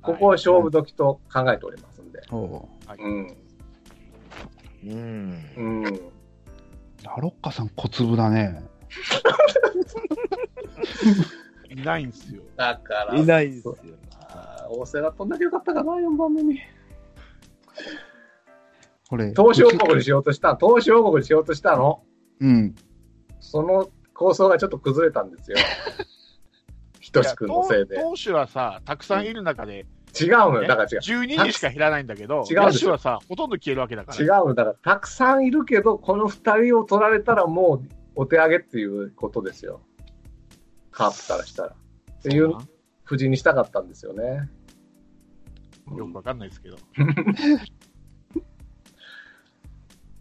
ここを勝負時と考えておりますんで。おううん。うん。うん。ラロッカさん小粒だね。いないんですよ。だから、いないですよ。あー大瀬が飛んだけよかったかな、4番目に。これ。投資王国にしようとした、投資王国にしようとしたの。うん。その構想がちょっと崩れたんです よ。ひとしいくんやのせいで。投手はさ、たくさんいる中で、違うのねよ、だから違う。 12人しか減らないんだけど、違うん野です手はさ、ほとんど消えるわけだか違うら。のだから、たくさんいるけど、この2人を取られたらもうお手上げっていうことですよ。カープからしたら。っていうそう布陣にしたかったんですよね。なよくわかんないですけど。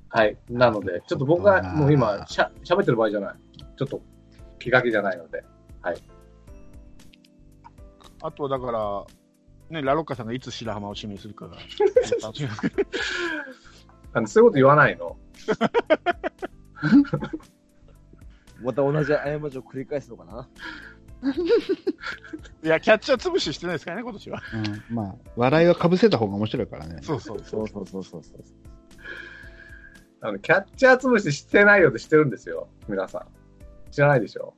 はい。なので、ちょっと僕なるがほどなもう今しゃ、喋ってる場合じゃない。ちょっと気が気じゃないので。あとはだから、ね、ラロッカさんがいつ白浜を指名する かが。楽しみですけどあのそういうこと言わないの。また同じ過ちを繰り返すのかないや、キャッチャー潰ししてないですからね、今年は。うん、まあ、笑いはかぶせた方が面白いからね。そうそうそう。うそうそうそうそう。あの、キャッチャー潰ししてないよってしてるんですよ。皆さん。知らないでしょ。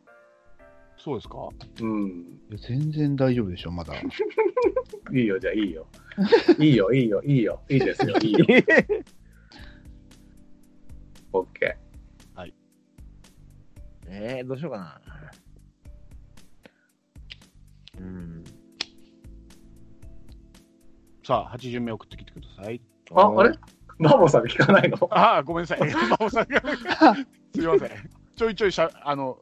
そうですかうん。いや全然大丈夫でしょ、まだ。いいよ、じゃあいいよ。いいよ、いいよ、いいよ。いいですよ、いいよ。オッケえー、どうしようかな。うん。さあ、8巡目送ってきてください。ー。あ、あれマモさん聞かないのああ、ごめんなさい。馬尾さんがすみません。ちょいちょいしゃ、あの、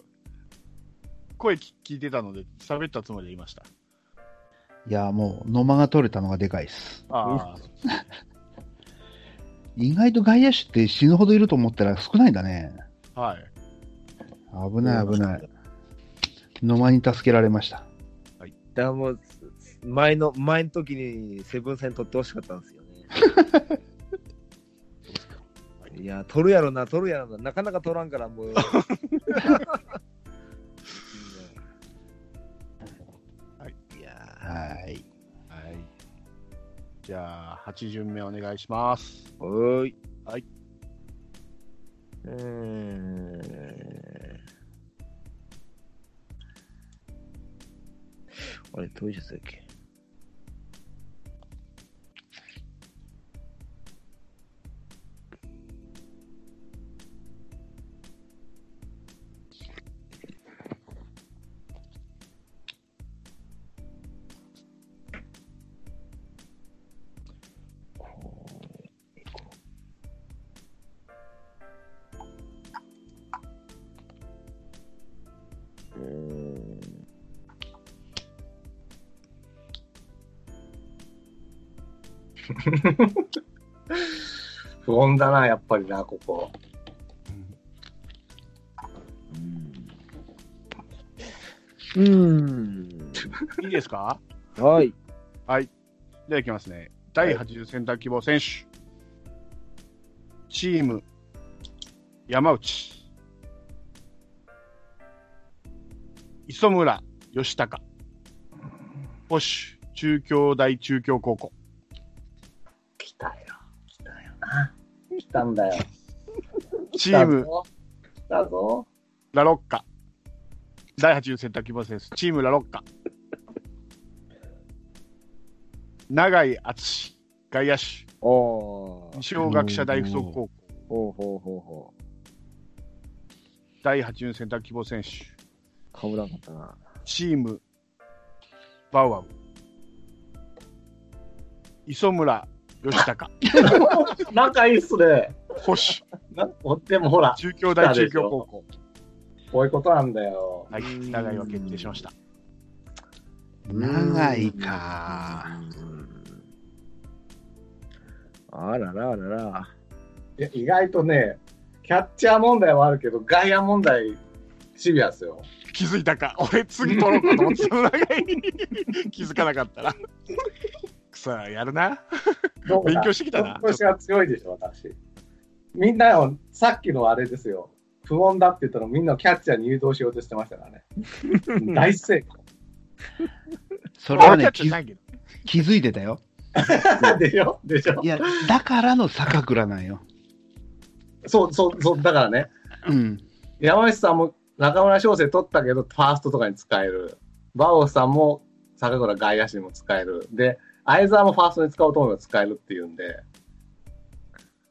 声き聞いてたので、喋ったつもりで言いました。いや、もう、野間が取れたのがでかいです。ああ、意外と外野手って死ぬほどいると思ったら少ないんだね。はい。危ない危ない。野間に助けられました。だからもう、前の、前の時にセブン戦取ってほしかったんですよね。いや、取るやろな、取るやろな、なかなか取らんから、もう。はい、いやははい。い。じゃあ、8巡目お願いします。ー、おーい。はい。うーん。あれ、どういうやつだっけうーん不穏だな、やっぱりな、ここ。うーいいですかん。はい。では、いきますね。第80センター希望選手。チーム、山内。磯村義高。保守、中京大中京高校。来たよ。来たよな。来たんだよ。チー来たム、ぞ。来たぞ。ラロッカ。第8位選択希望選手、チームラロッカ。長井敦外野手、おー。二松学舎大附属高校。ほうほうほうほう。第8位選択希望選手、かぶらんかったな。チーム、バウアウ。磯村義高、 仲いいっすね。保守、なでもほら、中京大中京高校。こういうことなんだよ。はい、長井は決定しました。長いか。あらららら。いや意外とね、キャッチャー問題はあるけど、外野問題、シビアっすよ。気づいたか俺次取ろうかと思ってたの長井に 気づかなかったな。くそ、やるな。どうだ 勉強してきた な今年は強いでしょ、私。みんなを、さっきのあれですよ、不問だって言ったらみんなをキャッチャーに誘導しようとしてましたからね。 大成それはね俺、キャッチャーじ気ゃないけど気づいてた よ。 功。でしょでしょいや、だからの坂倉なんよ。そうそう、そう、だからね、うん。山内さんも中村翔成取ったけど、ファーストとかに使える。バオさんも坂倉外野手にも使える。で、相沢もファーストに使おうと思えば使えるっていうんで、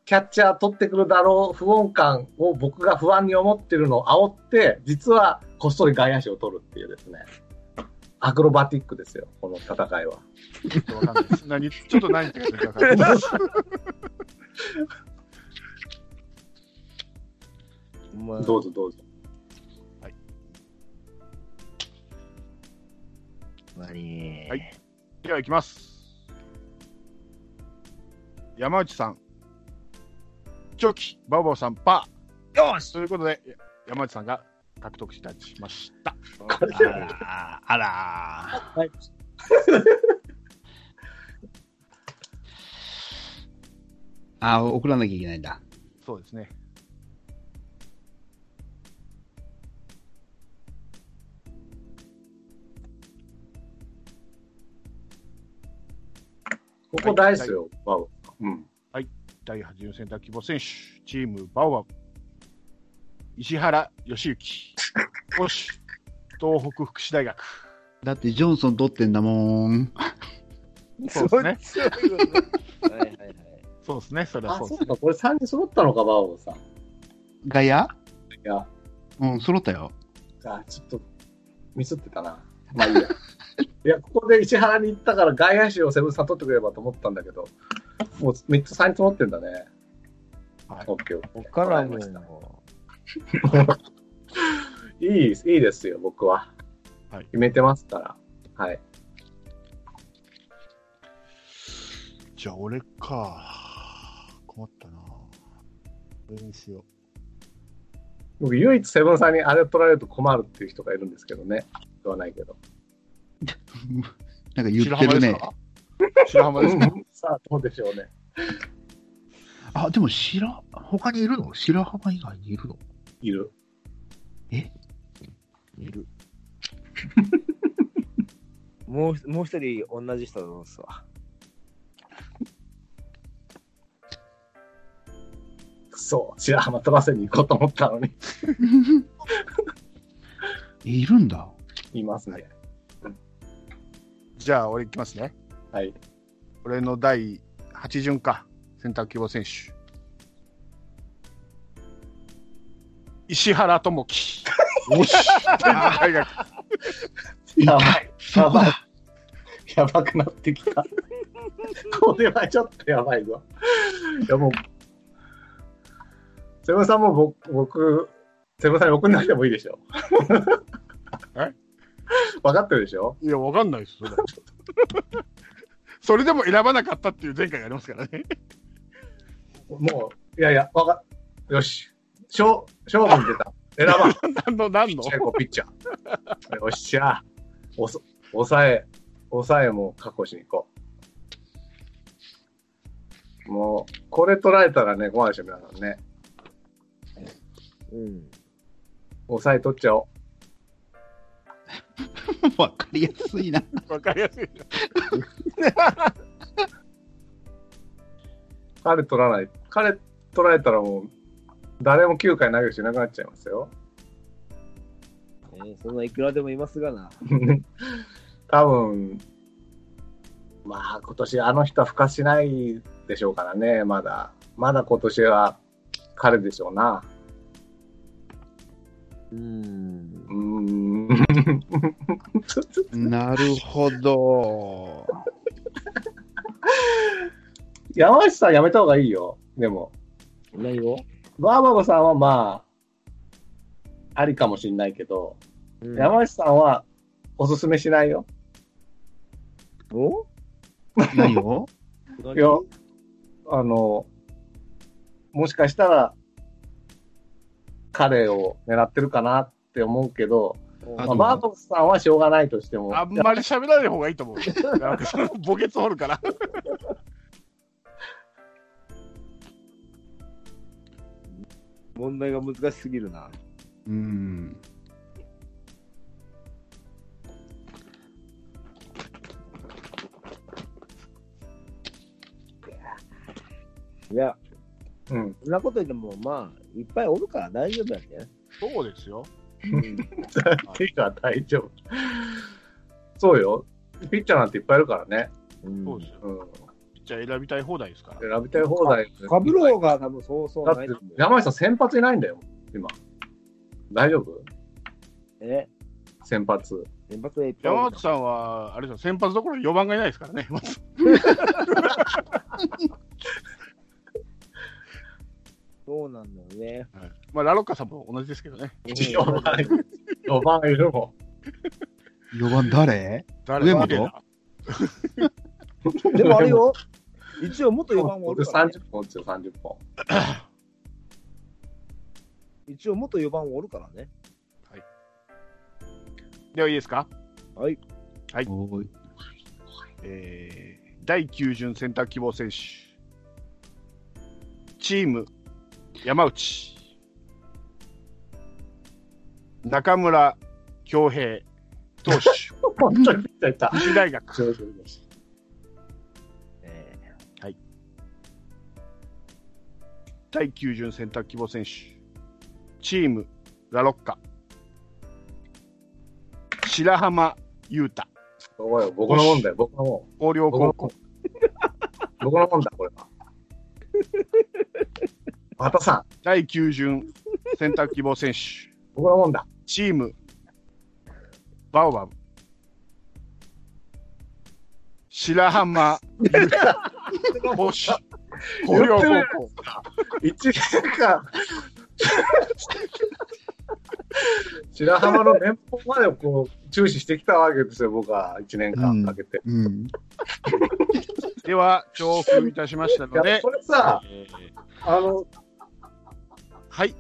キャッチャー取ってくるだろう不穏感を僕が不安に思ってるのを煽って、実はこっそり外野手を取るっていうですね、アクロバティックですよ、この戦いは。ちょっとわかんないです。何ちょっと何言ってるか分かんないです。お前どうぞどうぞ。ほんまにはいでは行きます。山内さん、チョキ、バオバオさん、パよー。しということで、や山内さんが獲得したしました。あらー、あらー。 あ、送らなきゃいけないんだ。そうですね。ここ大事ですよ、バオ。うん。第8位選択希望選手、チームバオバオ、石原義行、保守、東北福祉大学。だって、ジョンソン取ってんだもん。そうですね。そういう ことねはいはいはい。そうですね、それはあ、そうそでうか、これ3人揃ったのか、バオさん。いガヤや、うん、揃ったよ。あ、ちょっと、ミスってたな。まあいいや。 いや、ここで石原に行ったから外野手をセブンさん取ってくれればと思ったんだけど、もう3つ、3つ持ってんだね。はいオッケー。こっからはもう、いい、いいですよ、僕は。はい決めてますから。はい。す。じゃあ、俺か。困ったな。これにしよう。僕、唯一セブンさんにあれ取られると困るっていう人がいるんですけどね。言わないけど。なんか言ってる白浜でね。すか。白浜ですか。うん さあ、どうでしょうね。あ、でも白、他にいるの白浜以外にいるのいる。いる。もうもう一人同じ人だと思うんですわ。そう、白浜取らせに行こうと思ったのに、いるんだ。いますね。じゃあ、俺行きますね。はい。俺の第8巡か。選択希望選手。石原智樹。よし。大学。やばい。やばい。やばくなってきた。これはちょっとやばいぞ。いやもう、瀬尾さんも僕、僕、瀬尾さんに送んなくてもいいでしょ。え分かってるでしょいや、わかんないです。それそれでも選ばなかったっていう前回がありますからね。もう、いやいや、わかよし。勝勝負に出た。選ばん。 何の、何ピッのチャー行こうピッチャー。よっしゃ。おそ抑え、抑えも確保しに行こう。もう、これ取られたらね、困るでしょ、皆さんね。うん。抑え取っちゃお わかりやすいな。わかりやすい。う。彼取らない。彼取られたらもう、誰も9回投げる人いなくなっちゃいますよ。えーそんないくらでもいますがな。多分、まあ今年あの人は孵化しないでしょうからね、まだ。まだ今年は彼でしょうな。うんう。ーん。なるほど。山内さんやめた方がいいよ。でも、何をバーバゴさんはまあ、ありかもしれないけど、山内さんはおすすめしないよ。お何をいや、あの、もしかしたら、彼を狙ってるかなって思うけど、まあとあ、バートスさんはしょうがないとしても、あんまり喋らない方がいいと思う。なんかその墓穴掘るから。問題が難しすぎるな。うん。いや、うん、そんなこと言っても、まあ、いっぱいおるから大丈夫やね。そうですよ。手が大丈夫。そうよ、ピッチャーなんていっぱいいるからね、うんそうですよ。うん、ピッチャー選びたい放題ですから。選びたい放題ですねカブローが多分そうそうだっないてと思う、山内さん、先発いないんだよ、今。大丈夫え、先発。先発でいっぱい山おる内さんは、あれですよ、先発どころ4番がいないですからね。まずそうなんだよね。まあ、ラロッカさんも同じですけどね。 4番、4番いるも4番誰誰上本ミレナうんでもあれよ、一応元ん。 4番はおる から、ね、 30本打つよ、30本。一応元4番はおるからね。ではいいですかおーいえー第9巡選択希望選手、チーム山内、中村恭平投手、 本当にピッチャーいた。西大学、 え第9巡選択希望選手、チームラロッカ、白浜裕太、おい僕のもんだよ、僕のもん。広陵高校、僕のもんだ、これは。またさん、第9巡選択希望選手、僕のもんだ。チーム、バオバブ、白浜、ボッシュ、広陵高校、一年間、白浜の年俸までをこう注視してきたわけですよ、僕は一年間かけて。うん。では、重複いたしましたのいやで、これさ、えーあのはい、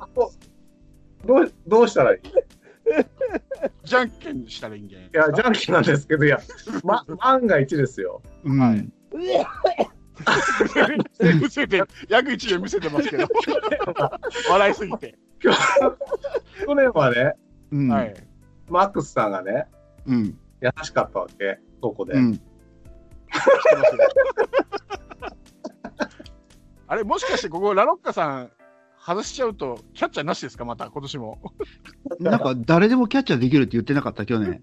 どうどうしたらいいじゃんけんしたらいいんじゃないいや、ジャンキーなんですけど、いや、ま、万が一ですよ。うん。ーうえ見せて、約1年見せてますけど、笑いすぎて。去年はね、うん。はい。マックスさんがね、うん。優しかったわけ、そこで。うん。あれ、もしかしてここ、ラロッカさん、外しちゃうと、キャッチャーなしですか、また、今年も。なんか、誰でもキャッチャーできるって言ってなかった、去 ち年。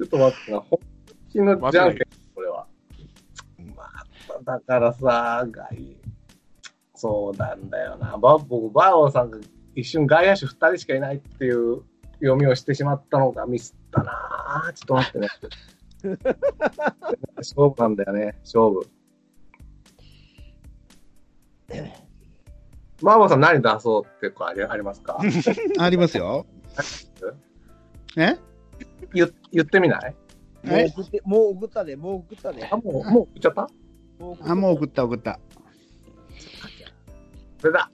ょっと待ってな、本気のじゃんけん、これは。まあ、だからさ、外そうなんだよな。ば僕、バーオさんが一瞬外野手2人しかいないっていう読みをしてしまったのがミスったな。ちょっと待ってね。 勝負なんだよね、勝負。バーボさん何出そうってこうありありますかありますよ。え言言ってみないもう送って、もう送ったで、もう送ったであ、。もう、もう言っちゃったもう送ったあ、もう送った送った。それだ。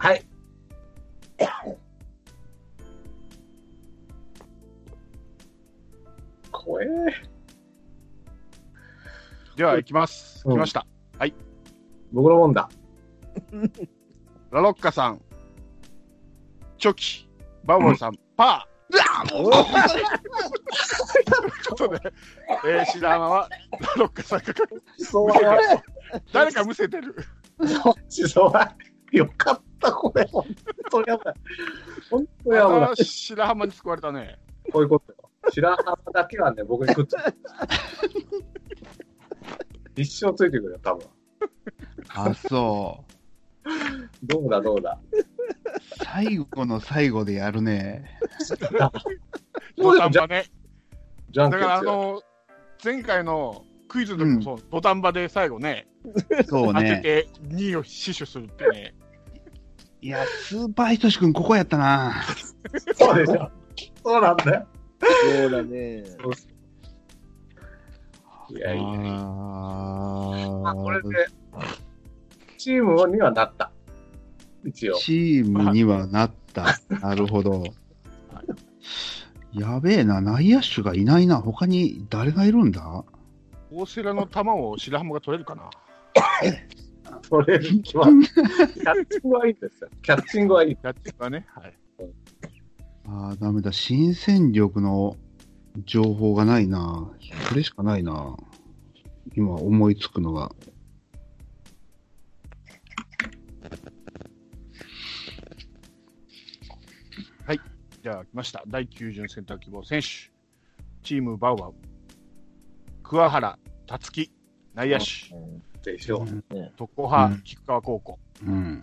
はい。怖え。では、行きます。うん来ました。僕のもんだ。ラロッカさん、チョキ、バボルさん、パ ー。ということで、えー、白浜はラロッカさんが 勝っそは、誰かむせてる。そは、よかった、これ。本当やばい。本当やばいあ。ー白浜に救われたね。こういうことよ。白浜だけはね、僕にくっつく。一生ついてくるよ、多分。あ、そう。どうだ、どうだ。最後の最後でやるね。そう土で壇もじゃ場ね。じだゃんかけんらあ強い。の、前回のクイズの時もそう、土壇場で最後ね、そう当てね。て2位を死守するってね。いや、スーパーひとしくん、ここやったな。そうでしょ。そうなんだよ。そうだね。いやいや。まああ、これで、チームにはなった。一応。チームには なった。なるほど。やべえな、内野手がいないな。他に誰がいるんだ大瀬良の球を白浜が取れるかな。それに決まっキャッチングはいいんですよ。キャッチングはいい。やってはね。はい。ああ、ダメだ。新戦力の情報がないな。それしかないな。今思いつくのが。じゃあ来ました。第9巡選択希望選手。チームバウバウ。桑原、たつき、内野手、でしょう。特攻派、うん菊川高校。うん。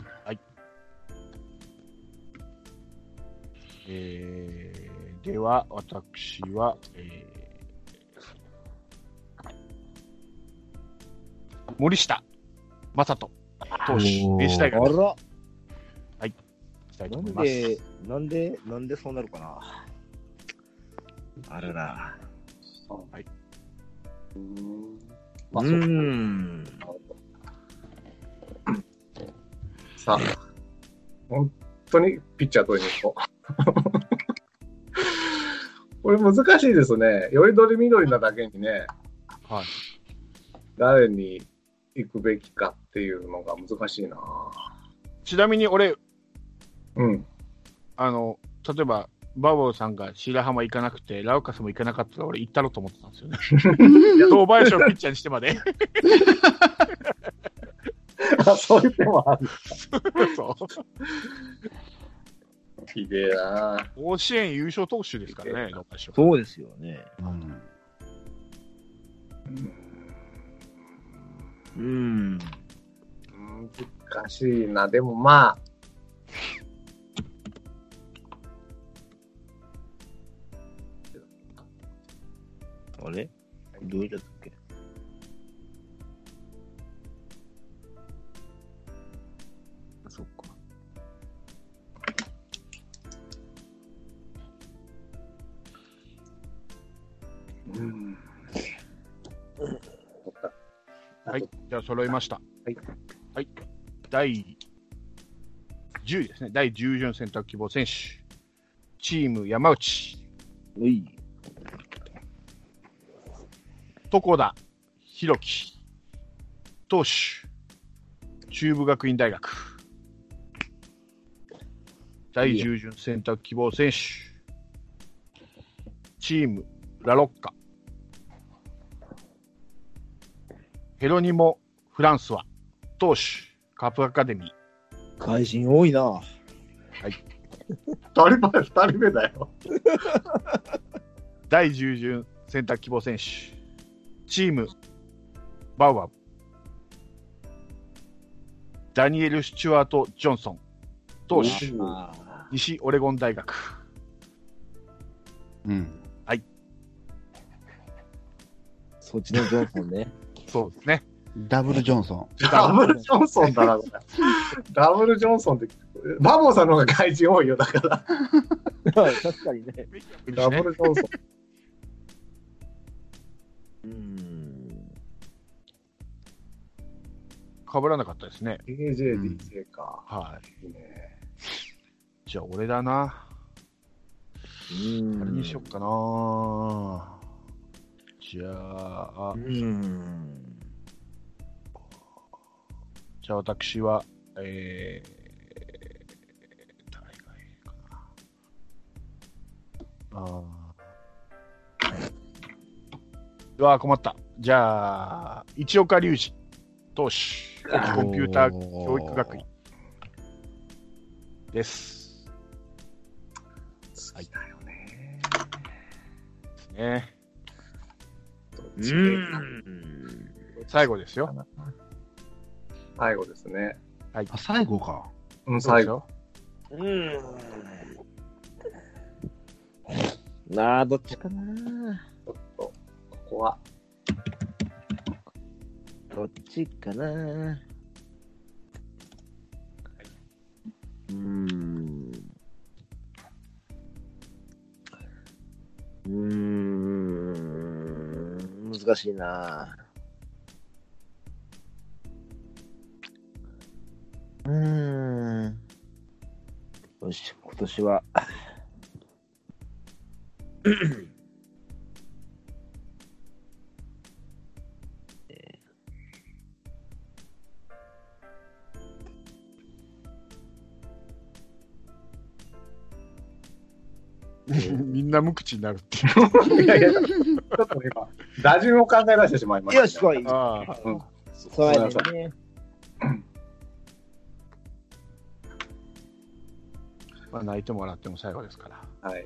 えー、では、私は、えー、森下、正人、投手、おー明治大あ学にら、行きたいとな思いんます。で、なんで、なんでそうなるかな。あるな。はい。うんうまあ、そうーん。さあ、本当にピッチャー取りに行こう。 これ難しいですね。よりどり緑なだけにね、はい。誰に行くべきかっていうのが難しいな。ちなみに俺、うん。あの、例えば、バウバウさんが白浜行かなくて、ラウカスも行かなかったら俺行ったろと思ってたんですよね。 堂林をピッチャーにしてまで。あ そういう手もある。そう。ひでえな。甲子園優勝投手ですからね、堂林は。そうですよね。うんうーん。難しいな。でもまあ。あれどういったっけそっか。うんはい。じゃあ揃いました。はい。はい。第10位ですね。第10巡選択希望選手。チーム山内、おい。床田、弘樹、投手、中部学院大学。第10巡選択希望選手、チームラロッカ、ヘロニモ・フランスは、投手、カプアカデミー。会心多いな。当たり前、二人目だよ。第10巡選択希望選手、チーム、バウアー、ダニエル・スチュワート・ジョンソン、投手、西オレゴン大学。うん。そっちのジョンソンね。そうですね。ダブル・ジョンソダブルジョンソンだな、これ。ダブルジョンソンって、バボーさんの方が外人多いよ、だから。 確かにね。ダブルジョンソン。うーん。かぶらなかったですね。うん KJDJ か。はいいねい。じゃあ、俺だな。うあれにしよっかな。じゃあ、うーん。じゃあ私は、えーあうわー困った。じゃあ、一岡隆二投手、コンピューター教育学院です。好きだよね。ですね。どっうちー系かん。最後ですよ。最後ですね。あ、最後か。うん、そうで最す後。よ。うーん。なあ、どっちかな。ここは、どっちかな。うーん。うーん。難しいな。うーん。よし、今年は。みんな無口になるってい。。いやいや、ちょっと今、打順を考え出してしまいました、よし、来いうああ。うん、そうやねごんね。まあ、泣いても笑っても最後ですから。はい。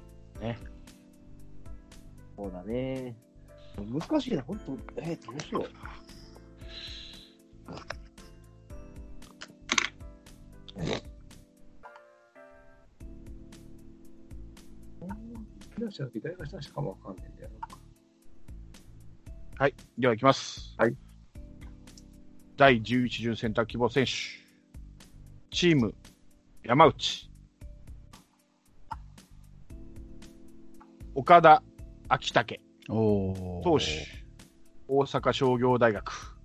そうだね。難しいな、本当えー、どうしよ左足は左足の足かもわかんないんだよな。はい。では、いきます。はい。第11巡選択希望選手。チーム、山内。岡田昭武おー投手。大阪商業大学。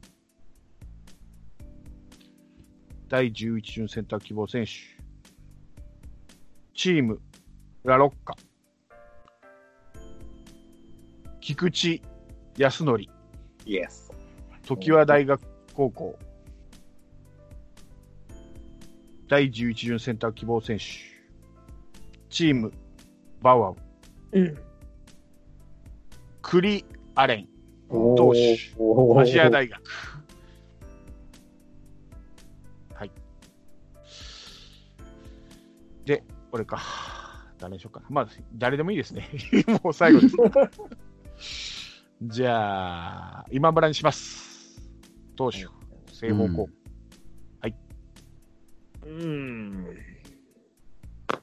第11巡選択希望選手。チーム、ラロッカ。菊池康則。イエス。時和大学高校第11巡選択希望選手チームバウアウ、うんクリ・アレンお投手おアジア大学はいでこれか誰でしょうかまあ誰でもいいですね もう最後です じゃあ今村にします投手正方向、うんう。うーん。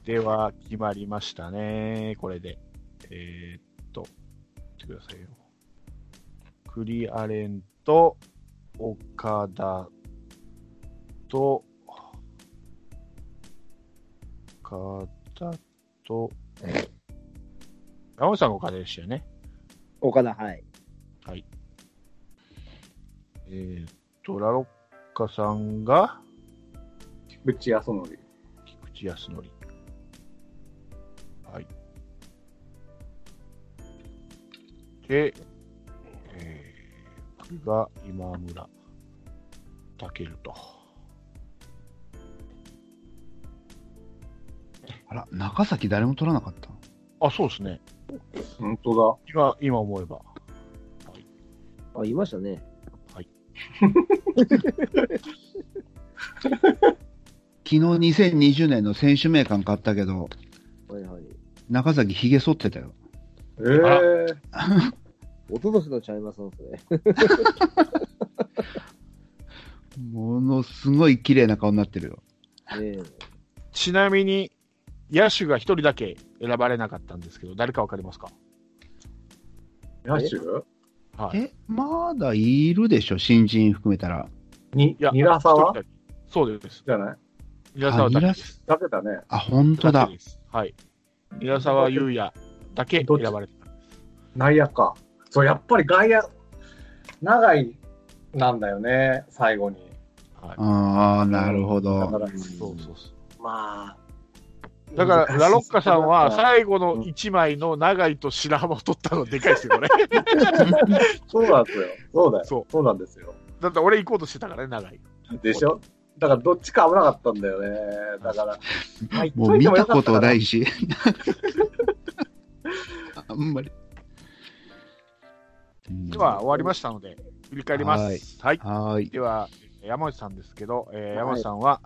では、決まりましたね。これで。えー、っと、見てくださいよ。クリアレンと、岡田と、岡田と、ラオンさんが岡田でしたよね。岡田、はい。えー、っと、ラロッカさんが、ぶちやそのり。菊池康則。はい。で、えー、僕が今村武ると。あら、中崎誰も取らなかった。あ、そうですね。本当今、今思えば。あ、いましたね。昨日2020年の選手名鑑買ったけど、はいはい。中崎ひげ剃ってたよ。だ。ええー。おととしのちゃいますのね。ものすごい綺麗な顔になってるよ。ねちなみに、野手が一人だけ選ばれなかったんですけど、誰かわかりますか野手はい。え、まだいるでしょ、新人含めたら。に、いやニラサ一人ワだけそうです。じゃない皆沢だけです。だけだね。あ、本当だだけ。ですはい。皆沢優也だけ選ばれてた。内野か。そう、やっぱり外野、長いなんだよね、最後に。はい。ああ、なるほだかど。ら、そうそうそう。まあ。だから、ラロッカさんは難しい最後の1枚の長井と白浜を取ったのでかいですよ、これ。そうなんですよ。そうだよ。そうそうなんですよ。だって俺行こうとしてたからね、長井。でしょだから、どっちか危なかったんだよね。だから、まあもう見たことないし。あんまり。うんでは、終わりましたので、振り返ります。はい。はーい。では、山内さんですけど、えー山内さんは、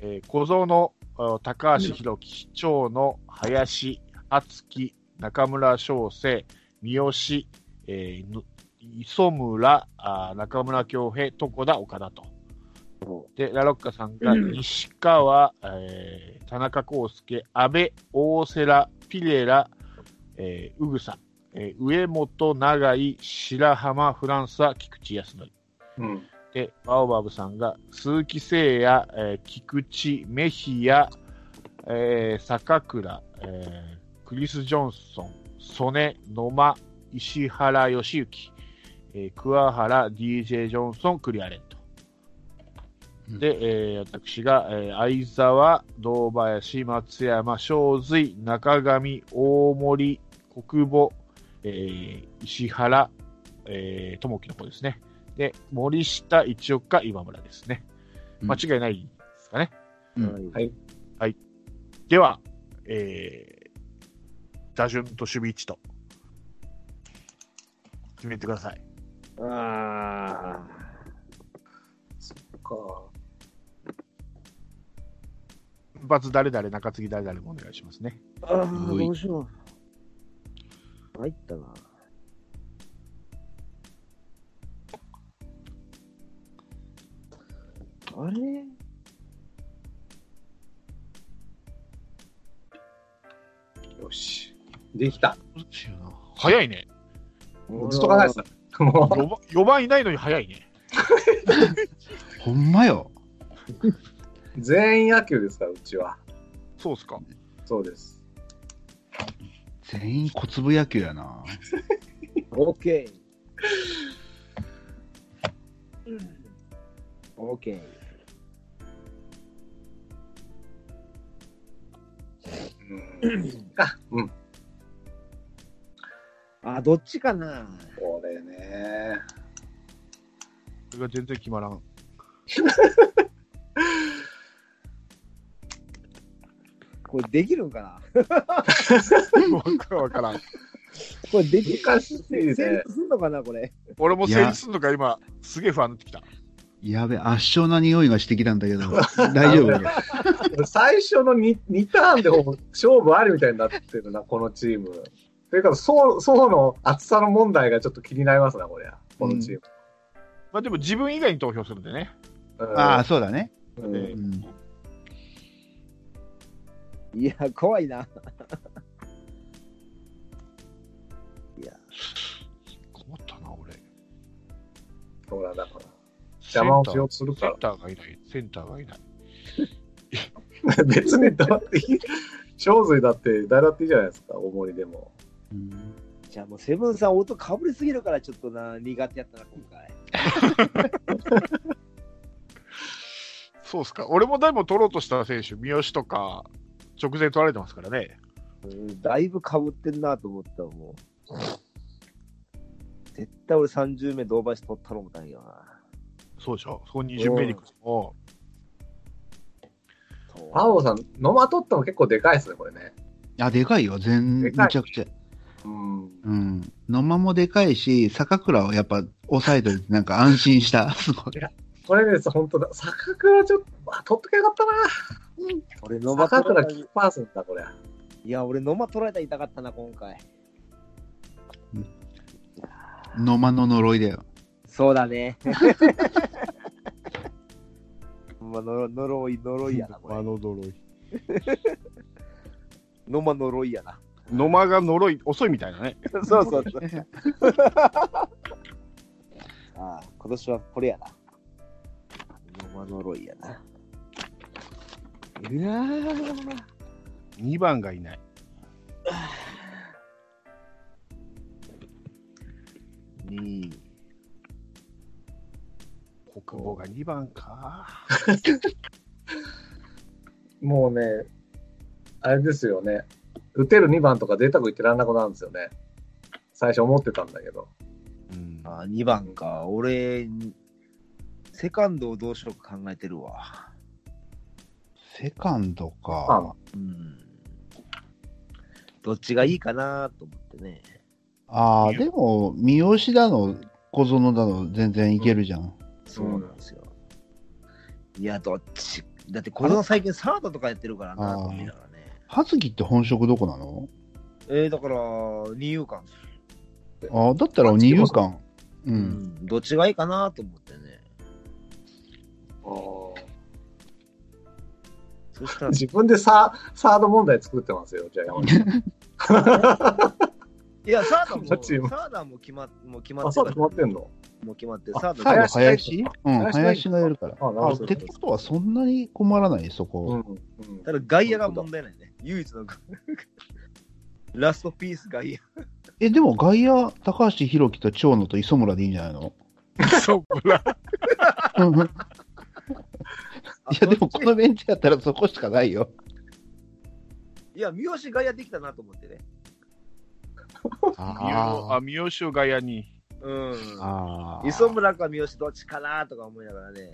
えー小僧のあ高橋宏樹、長の林、敦樹、中村翔生、三好、えーの磯村、あー中村恭平、床田、岡田と。で、ラロッカさんがうん西川、えー田中康介、阿部、大瀬良、ピレラ、えー、うぐさ、えー上本、永井、白浜、フランスは菊池康則。うん。で、バオバブさんが、鈴木誠也、えー菊池、メヒア、えー坂倉、えークリス・ジョンソン、曽根、野間、石原義行、えー桑原、DJ ・ジョンソン、クリアレント。で、えー私が、えー相沢、堂林、松山、正髄、中上、大森、国母、えー石原、えー、友樹の子ですね。で、森下、一岡、今村ですね。うん間違いないですかね。うんはい。では、えー、打順と守備位置と、決めてください。あか一発誰々、中継ぎ誰々もお願いしますね。ーあー、ういどうしよう。入ったな。あれよし。できた。どうしような早いね。ずっと考えてた。もう、 4番四番いないのに早いね。ほんまよ。全員野球ですから、うちは。そうっすか。そうです。全員小粒野球やな。オーケー。オーケー。うん。あ、うん。あ、どっちかなこれね。それが全然決 まらん。これできるんかなわからんわからん。これできる難しい成立ね。すんのかなこれ。俺も成立すんのか、今、すげえ不安になってきた。やべ、圧勝な匂いがしてきたんだけど、 大丈夫だ最初の 2, 2ターンでもう勝負ありみたいになってるな、このチーム。というか、層層の厚さの問題がちょっと気になりますな、これ。このチーム。まあでも自分以外に投票するんでね。うんああ、そうだね。うんえうん、いや、怖いな。困ったな、俺。そうなんだから。 邪魔をしようとするセかンターがいない。センターがいない。ら。別にだっていい、正髄だって誰だっていいじゃないですか、大森でも。うんじゃあもうセブンさん音かぶりすぎるからちょっとな苦手やったな今回。そうっすか。俺も誰も取ろうとした選手、三好とか、直前取られてますからね。うんだいぶかぶってんなと思ったわもう。絶対俺30名同林取ったろ思ったんよな。そうでしょ。そこに準備に行くと。そう青さん、ノマ取っても結構でかいですね、これね。あ、でかいよ。全、でめかいちゃくちゃ。うん。うん。野間もでかいし、坂倉はやっぱ抑えといて、なんか安心した。 すごい。これです、本当だ。坂倉ちょっと、あ、取っときゃよかった俺野な。間坂取ら倉れたキッパーソンだ、これ。いや俺野間取られたら痛かったな今回。野間の呪いだよ。そうだね。まあ、の呪い呪いやなこれ。の呪い。野間呪いやな。野間が呪い、遅いみたいなね。そうそうそう。ああ、今年はこれやな。野間呪いやな。うわー2番がいない。うん国防が2番か。もうね、あれですよね。打てる2番とか贅沢言ってらんなくなるんですよね。最初思ってたんだけど。 うんあ2番か。俺、セカンドをどうしようか考えてるわ。セカンドあか。うん。どっちがいいかなと思ってね。ああ、でも、三好だの、小園だの、全然いけるじゃん。そうなんですよ。いや、どっち、だってこの最近サードとかやってるからなあーと思いながらね。はずきって本職どこなのえー、だから、二遊間。ああ、だったら二遊間。うん。うんどっちがいいかなと思ってね。そした ら、い自分でササード問題作ってますよ、じゃあ山口や、サードも、サどっちよードはもう決まっもう決まさん。っあ、てるサード決まってんのもう決まって、あサード最後、が林うん、林林がやるから。あ、なあるほっどて。ことは、そんなに困らない、そこ。うんうんただ外野が問題ないね。唯一の ラストピース外野。え、でも外野、高橋宏樹と長野と磯村でいいんじゃないの そうか。うんうんいあや、でどもっちこのベンチやったらそこしかないよ。いや、三好外野できたなと思ってね。あ、三好を外野に。うん。あー磯村か三好どっちかなとか思いながらね。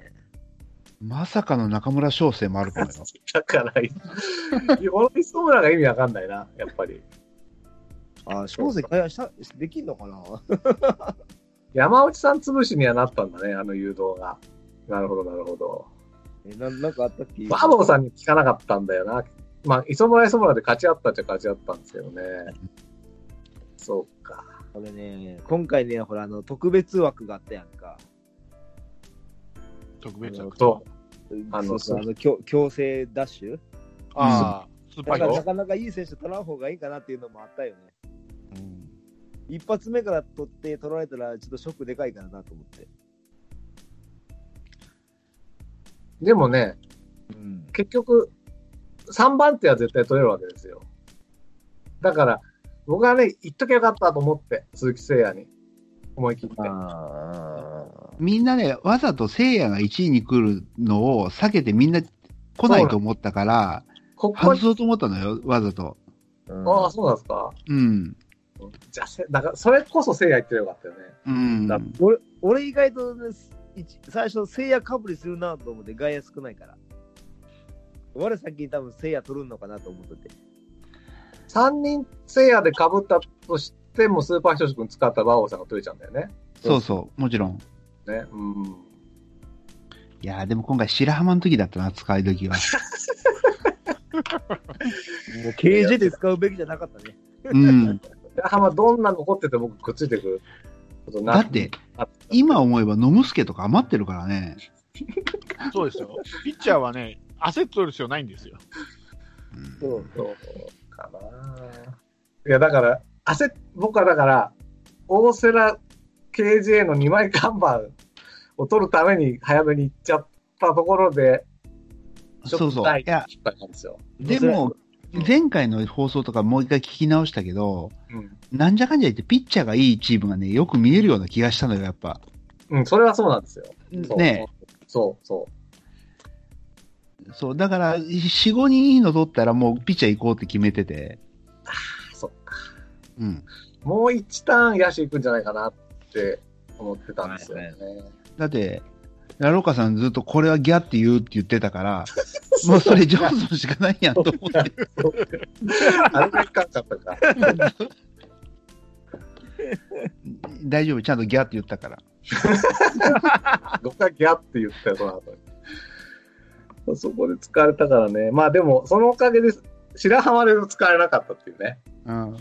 まさかの中村翔成もあるからよ。だから、い俺、磯村が意味わかんないな、やっぱり。あ、正直外野したできんのかな山内さん潰しにはなったんだね、あの誘導が。なるほど、なるほど。えななんかあったっけバーボーさんに聞かなかったんだよな。まあ、磯村磯村で勝ち合ったっちゃ勝ち合ったんですけどね。そうか。これね、今回ね、ほら、あの、特別枠があったやんか。特別枠。と、ああの、のそうそうそうあの強強制ダッシュああ、スーパだーヒーからなロかなかいい選手取らん方がいいかなっていうのもあったよね。一発目から取って取られたら、ちょっとショックでかいからなと思って。でもね、うん。結局、3番手は絶対取れるわけですよ。だから、僕はね、言っときゃよかったと思って、鈴木誠也に。思い切って。あみんなね、わざと聖夜が1位に来るのを避けてみんな来ないと思ったから、ここ外に、そうと思ったのよ、わざと。ああ、あ。そうなんですか。うん。じゃあ、せだから、それこそ誠也言ってよかったよね。うん。だ俺、俺意外とね、す一最初、聖夜かぶりするなと思って、外野少ないから。我先に多分聖夜取るのかなと思ってて。 3人誠也で被ったとしても、スーパーひとし君使ったバーオさんが取れちゃうんだよね。そうそう、もちろん。ね。うん。いやーでも今回白浜の時だったな、使い時 は。もう KJ で使うべきじゃなかった ね。うん。白浜どんな残ってて僕くっついてくることなだって、今思えば野村とか余ってるからね。ー。そうですよ。ピッチャーはね、焦っとる必要ないんですよ。うんそうそうかな。いや、だから、焦っ、僕はだから、大瀬良 KJ の2枚看板を取るために早めに行っちゃったところで、ちょそうっとそう。痛いいや、失敗なんですよ。でも、前回の放送とかもう一回聞き直したけど、うん。なんじゃかんじゃ言ってピッチャーがいいチームがね、よく見えるような気がしたのよ、やっぱ。うん、それはそうなんですよ。そうねそうそう。そう、だから、4、5人いいの取ったらもうピッチャー行こうって決めてて。そっか。うん。もう1ターン野手行くんじゃないかなって思ってたんですよね。だって、ラローカさんずっとこれはギャって言うって言ってた から、もうそれジョンソンしかないやんと思って。あれが引っかかっちゃったか。大丈夫、ちゃんとギャって言ったから。僕はギャって言ったよ、その後に。そこで使われたからね。まあでも、そのおかげで、白浜で使われなかったっていうね。うはん。い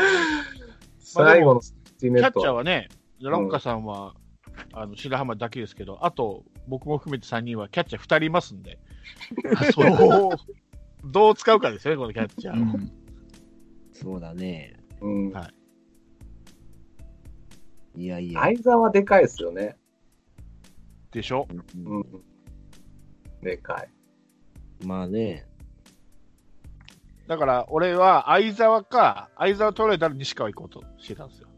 最後のスティキネャッッチャート。はね、ランカさんは、あの白浜だけですけど、あと僕も含めて3人はキャッチャー2人いますんで、あ、そうだ。どう使うかですよね、このキャッチャうーを。んそうだね。うんはいいやいや。相沢はでかいですよね。でしょうんうんでかい。まあね。だから俺は相沢か、相沢取られたら西川行こうとしてたんですよ。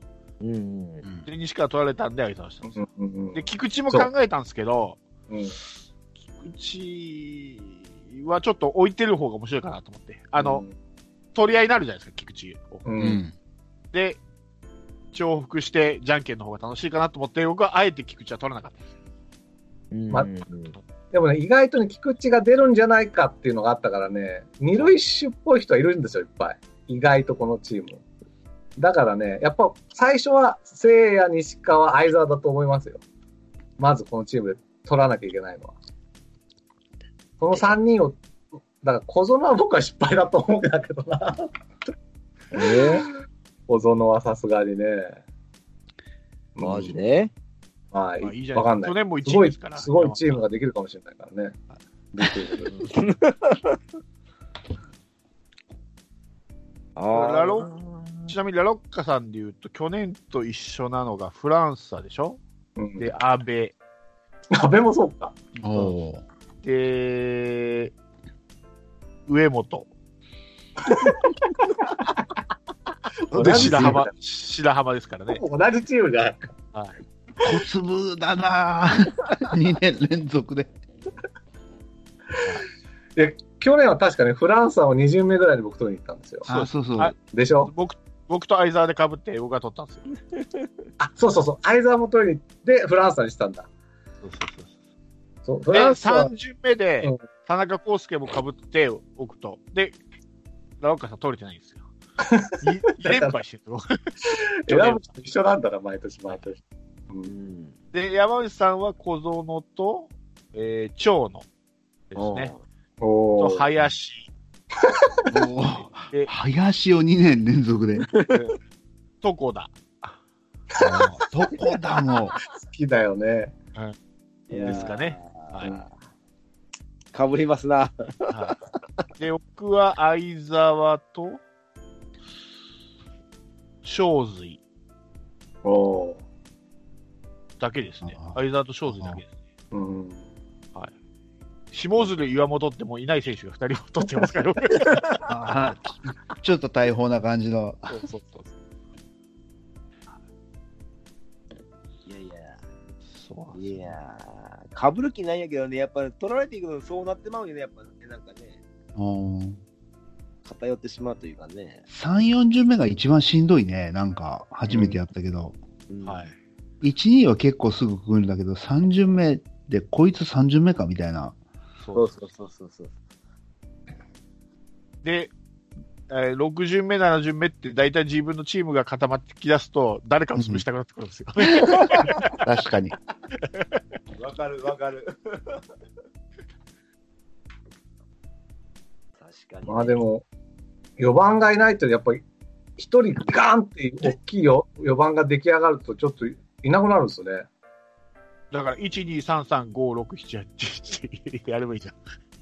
うん。うんで、西川取られたんで相沢したんですよ。で、で菊池も考えたんですけど、うん菊池はちょっと置いてる方が面白いかなと思って、あの、、取り合いになるじゃないですか、菊池を。う。うんん。で、重複して、じゃんけんの方が楽しいかなと思って、僕はあえて菊池は取らなかった。ううんまでもね、意外とね、菊池が出るんじゃないかっていうのがあったからね、二塁手っぽい人はいるんですよ、いっぱい。意外とこのチーム。だからね、やっぱ最初は聖夜、西川、相沢だと思いますよ。まずこのチームで取らなきゃいけないのは。この三人を、だから小園は僕は失敗だと思うんだけどな。えー、小園はさすがにね。マジではまあいいい。じゃわかんな。ないい去。年も1す位ごでい、すから。すごいチームができるかもしれないからね。あラロちなみにラロッカさんで言うと、去年と一緒なのがフランサでしょうん、で、アベ。 安倍もそう か。おーで、上 本。同で、じチ白ーム浜だ。白浜ですからね。同じチームじゃない小粒だな2 年連続で。去年は確かね、フランサを2巡目ぐらいに僕取りに行ったんですよ。あ、そうそう。あでしょ僕、僕と相沢で被って僕が取ったんですよ。あ、そうそうそう。相沢も取りに行って、フランサにしたんだ。そうそうそうそう、フで、ランサは3巡目でうん、田中康介もかぶっておくと。で、ラロッカさん取れてないんですよ。2連 敗してる。選ぶと一緒なんだな、毎年毎年。うんで、山内さんは小園と、えー、長野ですね。おと、ー林おーで林を2年連 続で。 とこだ。どこだも好きだよね。ですかね。はいかぶりますな。はいで、僕は相沢と、正髄おーだけですねあ。ー相沢と正髄だけですね。うん。下鶴岩本ってもういない選手が2人も取ってますから。うあーちょっと大砲な感じの。そうそうそういやいや。そうなんですいやー、かぶる気ないんやけどね、やっぱ取られていくのそうなってまうんよね、やっぱね、なんかね、うん偏ってしまうというかね。 3、40目が一番しんどいね。なんか、初めてやったけど。うんはい。 1、2は結構すぐ来るんだけど、3巡目で、こいつ3巡目かみたいな。そうそうそうそうそう。で、えー、6巡目、7巡目って大体自分のチームが固まってきだすと、誰かを潰したくなってくるんですよ。確かに。わかるわか る。確かに。まあでも、4番がいないと、やっぱり、一人ガーンって大きいよ4番が出来上がると、ちょっといなくなるんですね。 だから、1、2、3、3、5、6、7、8、8、やればいいじゃん。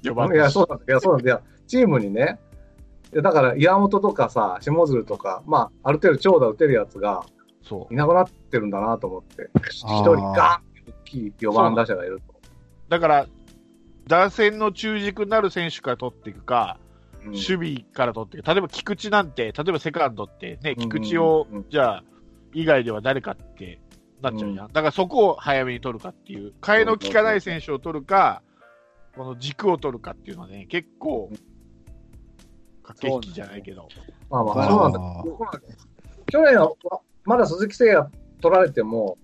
4番いや、そうなんだ。いや、そうなんだ。いや、チームにね、いやだから、岩本とかさ、下鶴とか、まあ、ある程度長打打てるやつが、そういなくなってるんだなと思って、一あー人ガーンって大きい4番打者がいると。だから、打線の中軸になる選手から取っていくか、うん守備から取っていく、例えば菊池なんて、例えばセカンドって、ね、うん菊池をうん、じゃあ、以外では誰かってなっちゃうじゃん。だからそこを早めに取るかっていう、替えの効かない選手を取るか、この軸を取るかっていうのはね、結構、駆け引きじゃないけど。まあまあ、あーそうなんだ。そうなんだ去年は、まだ鈴木誠也取られても、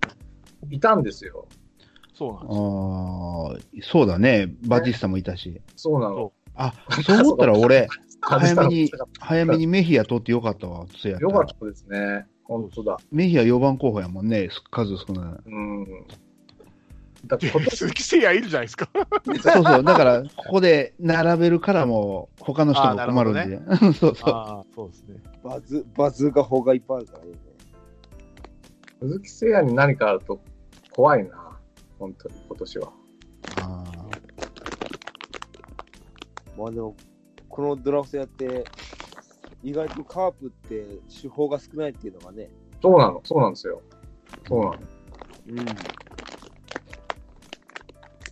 いたんですよ。そうなんあですよ。ーそうだね。バティスタもいたし。そうなの。あ、そう思ったら俺、早め外にしたの早めにメヒア取ってよかったわ。そうやよかったですね。本当だ。メヒア4番候補やもんね。数少ない。うん。だからで今年鈴木誠也いるじゃないですか。そうそう。だから、ここで並べるからも、他の人も困るんで。そうそう。ああ、そうですね。バズ、バズが方がいっぱいあるからね。鈴木誠也に何かあると怖いな、本当に今年は。あーまあでも、このドラフトやって、意外とカープって手法が少ないっていうのがね。そうなの、そうなんですよ。そうなの。うん。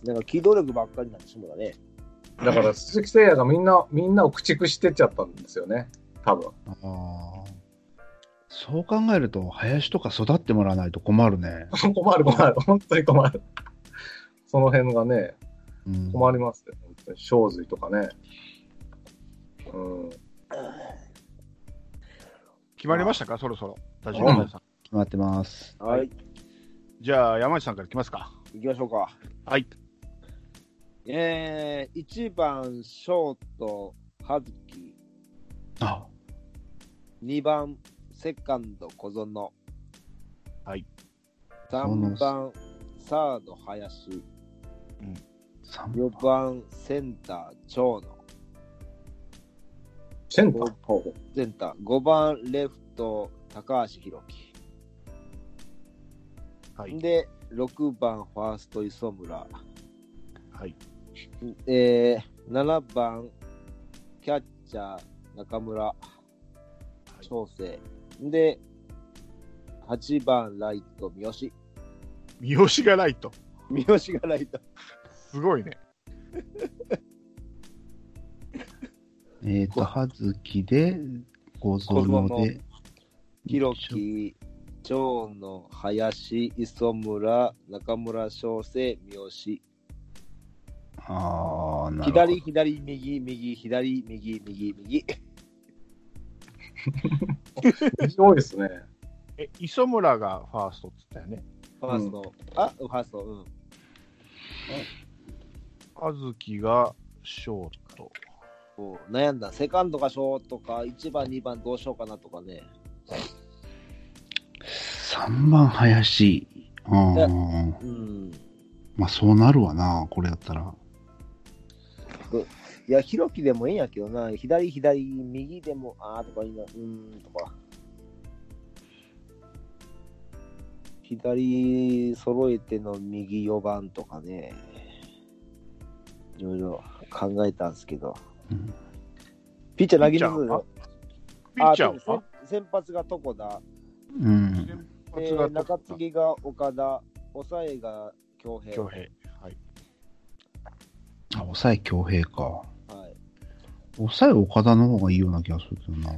なんか機動力ばっかりなんでしょうだね。だ から鈴木誠也がみんな、みんなを駆逐してっちゃったんですよね、多分。 あーそう考えると、林とか育ってもらわないと困るね。困る困る、本当に困る。その辺がね、うん、困りますよ、本当に。正髄とかね。うん。決まりましたか、そろそろ。田島さん決まってます。はい。じゃあ、山内さんから来ますか。行きましょうか。はい。えー、1番、ショート、葉月。あ、 2番、セカンド、小園。はい。 3番、サード、林。三4番、センター、長野。センターセンター、5番、レフト、高橋宏樹。はい。で、6番、ファースト、磯村。はい。えー、7番、キャッチャー、中村、調整。で、8番、ライト、三好。 三好がライト。三好がライト。すごいね。えっ、と、葉月で、小小園で園、弘樹、長野、林、磯村、中村翔成、三好。ああ、なるほど。左、左、右、右、左、右、右、右。多いですね。え、磯村がファーストって言ったよね。ファースト。あ、ファースト、うん。あずきがショート。こう悩んだ。セカンドかショートか、1番、2番どうしようかなとかね。 3番、林。あうあ、ん。まあそうなるわな、これだったら。いや、ひろきでもいいんやけどな、左、左、右でも、あーとかいいな、うーんとか。左揃えての右4番とかね、いろいろ考えたんですけど、うんピッチャー投ピッチげャますーはピあッチャーは先先発が床田、うん。えー中継ぎが岡田、抑えが京平。恭平。はい。あ、抑え強兵か。はい、抑え岡田の方がいいような気がするけどな。う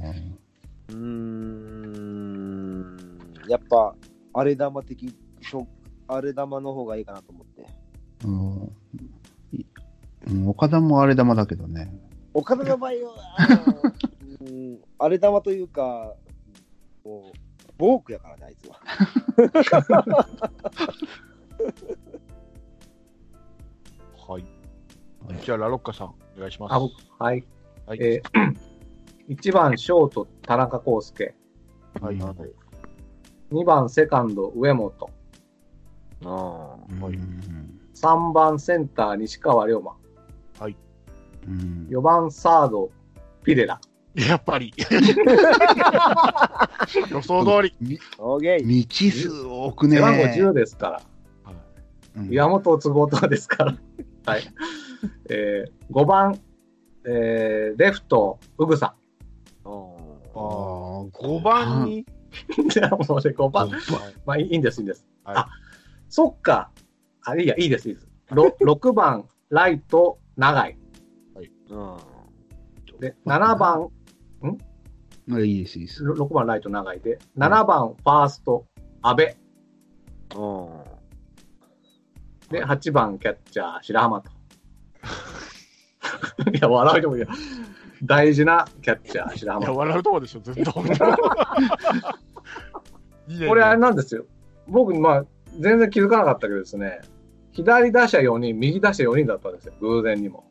ーん、やっぱ、荒れ玉的、そう荒れ玉の方がいいかなと思って。うんいうん、岡田もあれ玉だけどね。岡田の場合は、あのうん、荒れ玉というか、もう、ボークやからね、あいつは。はい。じゃあ、ラロッカさん、お願いします。あ僕はい。はい。え ー、1番、ショート、田中康介。はい。うん2番、セカンド、上本。あはいうん3番、センター、西川龍馬。うん4番、サード、ピレラ。やっぱ り。予想通り。みオーケー。未知数多くね背。番号10ですから。うん岩本都合とですから。はい。えー、5番、えー、レフト、ウグさあー5番に。ん。 じゃあもうね、5五番。番まあいいいいんです、いいんです。はいあ、そっか。あ、いいや、いいです、いいです。ろ 6番、ライト、長井。うん。で、7番、うんいいです、いいです。ろ6番ライト長いで、7番ファースト、阿部。うん。で、8番キャッチャー、白浜と。 いや、笑うでもいいよ。大事なキャッチャー、白いや、浜。笑うとこでしょ、ず っと。いいねこれあれなんですよ。僕、まあ、全然気づかなかったけどですね、左打者4人、右打者4人だったんですよ、偶然にも。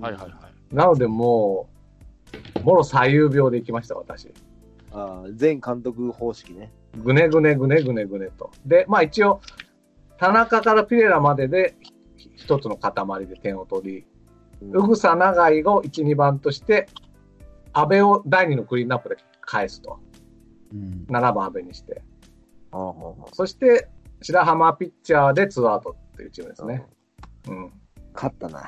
はいはいはい。なので、もう、もろ左右病で行きました、私。あー前監督方式ね。ぐねぐねぐねぐねぐねと。で、まあ一応、田中からピレラまでで、ひ一つの塊で点を取り、うんうぐさ長井を1、2番として、安倍を第2のクリーンナップで返すと。うん7番安倍にして。あーほんほんそして、白浜ピッチャーでツーアウトっていうチームですね。うん。勝ったな。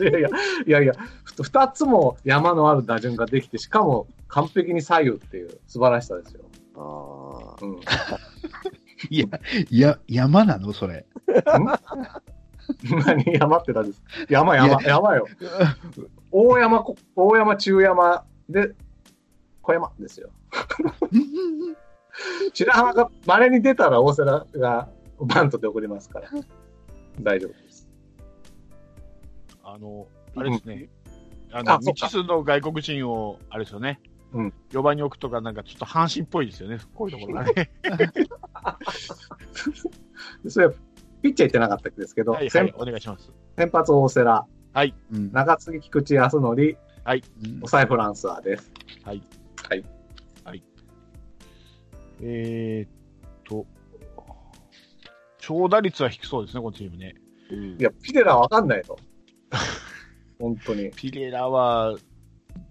いやいや、いやいや、ふ2つも山のある打順ができて、しかも完璧に左右っていう素晴らしさですよ。あうん。んいや、いや、山なのそれ。何山って何ですか山山、山よ。大山、こ大山、中山で、小山ですよ。白浜が稀に出たら大瀬良がバントで送りますから。大丈夫です。あの、あれですね。ああの、そっ未か知数の外国人を、あれですよね。うん4番に置くとか、なんかちょっと阪神っぽいですよね。こういうところがね。それピッチャー行ってなかったですけど、はい、は先い、お願いします。先発大瀬良、うん中継ぎ菊池康則、うん抑えフランスはです。はい。はい。はい。えー、っと、長打率は低そうですね、このチームね。うんいや、ピデラわかんないと。本当に。ピレラは、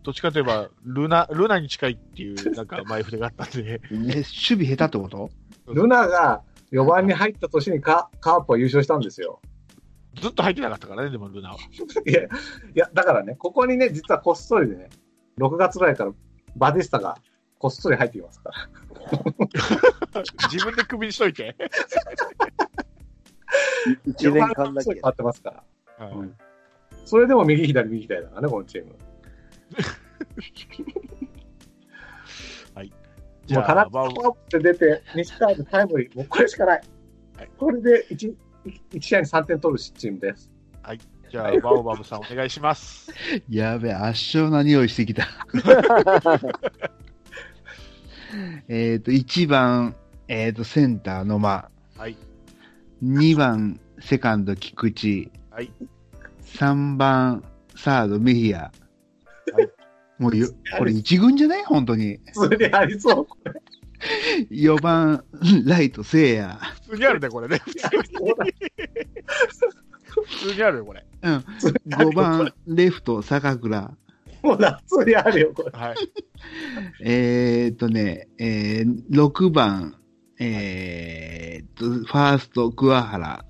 どっちかといえば、ルナ、ルナに近いって いう、なんか前振りがあったんで、え、守備下手ってことルナが4番に入った年にカカープは優勝したんですよ。ずっと入ってなかったからね、でもルナは。いや、いや、だからね、ここにね、実はこっそりでね、6月ぐらいからバディスタがこっそり入ってきますから。自分で首にしといて。一年間だこっそけり変。わってますから。はいうんそれでも右左右左だからね、このチーム。じもうゃカナあ、ッまあカープって出て、西川でタイムリー、もうこれしかない。はいこれで 1, 1試合に3点取るチームです。じゃあ、バオバブさんお願いします。やべえ、圧勝な匂いしてきた。えっと、1番、えっ、と、センターの間。はい。 2番、セカンド、菊池。はい。 3番、サード、メヒア。はいもうよ、これ一軍じゃない本当に。それでありそう。 4番、ライト、セイヤ。普通にあるね、これね。普通にあるよ、これ。 5番、レフト、坂倉。もう夏にあるよ、これ。はい。えー、っとね、えー、6番、えー、っと、ファースト、桑原。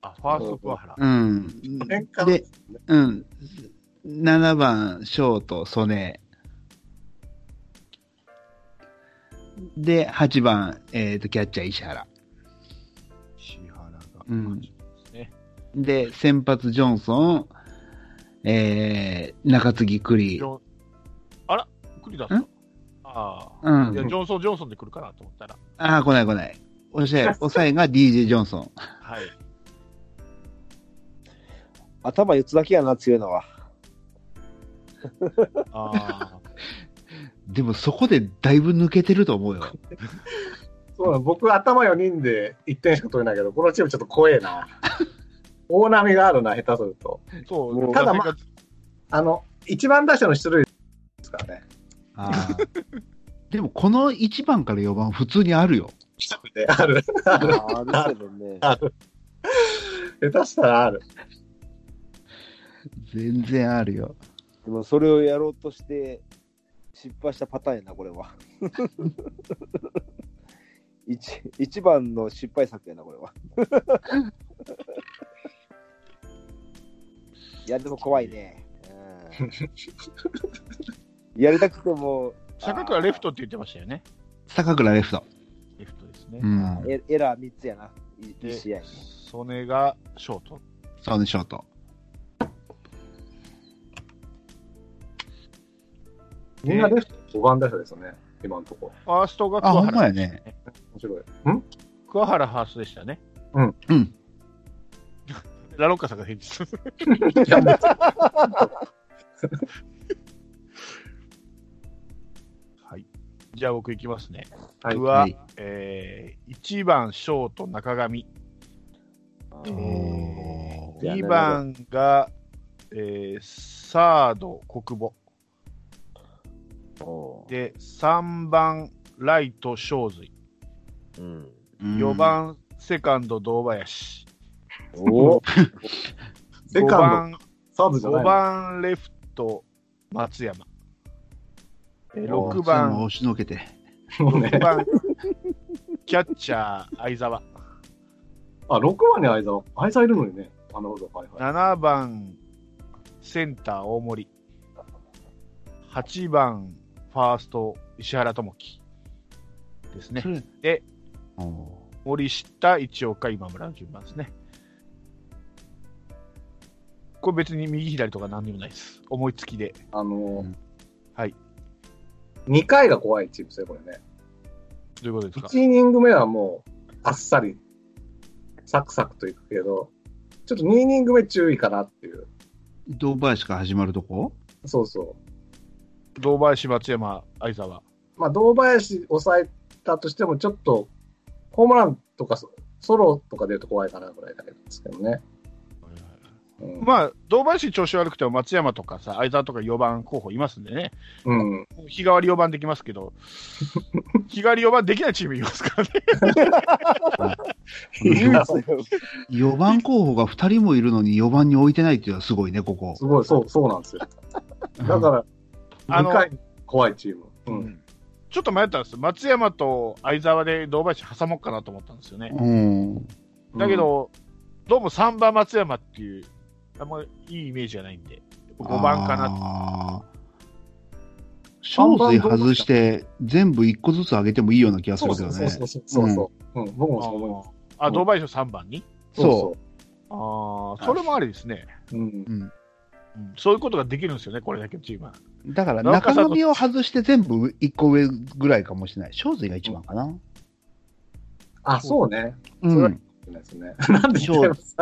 あ、ファースト桑原。うん。変換で、うん。7番、ショート、曽根。で、8番、えー、っと、キャッチャー、石原。石原が。うんですね。で、先発、ジョンソン、えー、中継ぎ、ジ。栗ョンあら、栗田さん。ああ。うんいや、ジ。ョンソン、ジョンソンで来るかなと思ったら。ああ、来ない来ない。おしゃれ、抑えが DJ ジョンソン。はい。頭四つだけやな、強いのは。あでもそこでだいぶ抜けてると思うよ。そうなの僕、頭4人で1点しか取れないけど、このチームちょっと怖えな。大波があるな、下手すると。あ。 そもう、うただ、まあの、1番打者の出塁ですからね。あーでもこの1番から4番普通にあるよ。である。あーあるけどね。下手したらある。全然あるよ。でもそれをやろうとして失敗したパターンやな、これは。 一一番の失敗作やな、これ は。いや、でも怖いね。うん、やりたく ても坂倉レフトって言ってましたよね。坂倉レフト。レフトですねう。ん。エエラー3つやな、いで一試合に。曽根がショート。そうね、ショート。みんなレフト5番打者ですよね、今のとこ。ファーストがあ、桑ほんま原。やね。面白い。ん桑原ハーストでしたね。うん。ラロッカさんが返事 する。いやもうはい。じゃあ僕行きますね。はい僕は、はいえー、1番ショート中上。いや2番が、えー、サード国母。おーで、3番ライト正髄。うん、 4。番セカンド堂林。おセ5カ番ンド、サードじゃな5いの。番レフト、松山。えーお6それも番、押しのけて。もうね6番、キャッチャー、相沢。あ、6番に相沢。相沢いるのにね。あなるほど、はいはい。 7番、センター、大森。8番、ファースト、石原智樹。ですねそ。れでおー森下、一岡、今村の順番ですね。これ別に右左とか何にもないです。思いつきで。あのうん、はい。 2回が怖いチームですね、これね。どういうことですか1イニング目はもう、あっさり、サクサクといくけど、ちょっと2イニング目注意かなっていう。堂林から始まるとこそうそ堂林、松山、相沢。う。まあ、堂林抑えたとしても、ちょっと、ホームランとかそソロとか出ると怖いかなぐらいだけですけどね。うん。まあ、堂林調子悪くても松山とかさ、相沢とか4番候補いますんでね、うん、日替わり4番できますけ ど、日替わり4番できないチームいますからね。いやす4番候補が2人もいるのに4番に置いてないっていうのはすごいね、ここ。ごい、そう、そうなんですよ。だうんから、あの2回怖いチーム。うん。ちょっと迷ったんです。松山と相沢で堂林挟もうかなと思ったんですよね。うん。だけど、どうも3番松山っていう、あんまりいいイメージがないんで、5番かな。な。小水外して、全部1個ずつ上げてもいいような気がすそるうけそどうね。そうそうそうそうそう、うん。僕もそう思います。あ、堂林を3番に。そうああ、それもありですね、そう。うん。うんうんそういうことができるんですよね、これだけのチ ームは。だからなんか中さ伸びを外して全部1個上ぐらいかもしれない。小水が1番かな。あ、そうね。うそれん。ですね。 なんで言ってます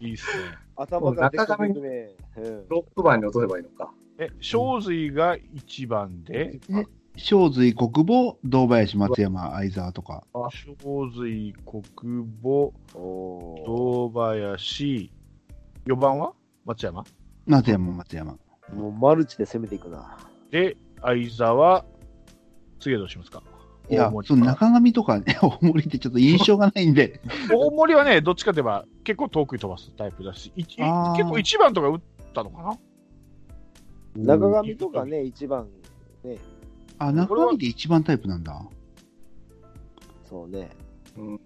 いいっすね。 頭がでっかくてね。うんロック番に落とせばいいのか。え、正髄が1番で、小水、国母、堂林、松山、相沢とか。あ正髄、国母、お堂林、4番は松山松山、松山。ーもうマルチで攻めていくな。で、相沢、次はどうしますかいや大、森その中上とかね、 大森ってちょっと印象がない んで、大森はね、どっちかといえば結構遠くに飛ばすタイプだし、いい結あー構1番とか打ったのかな中上とかね、一番、ね、あ、中上で一番タイプなんだ。そうね。うんうん。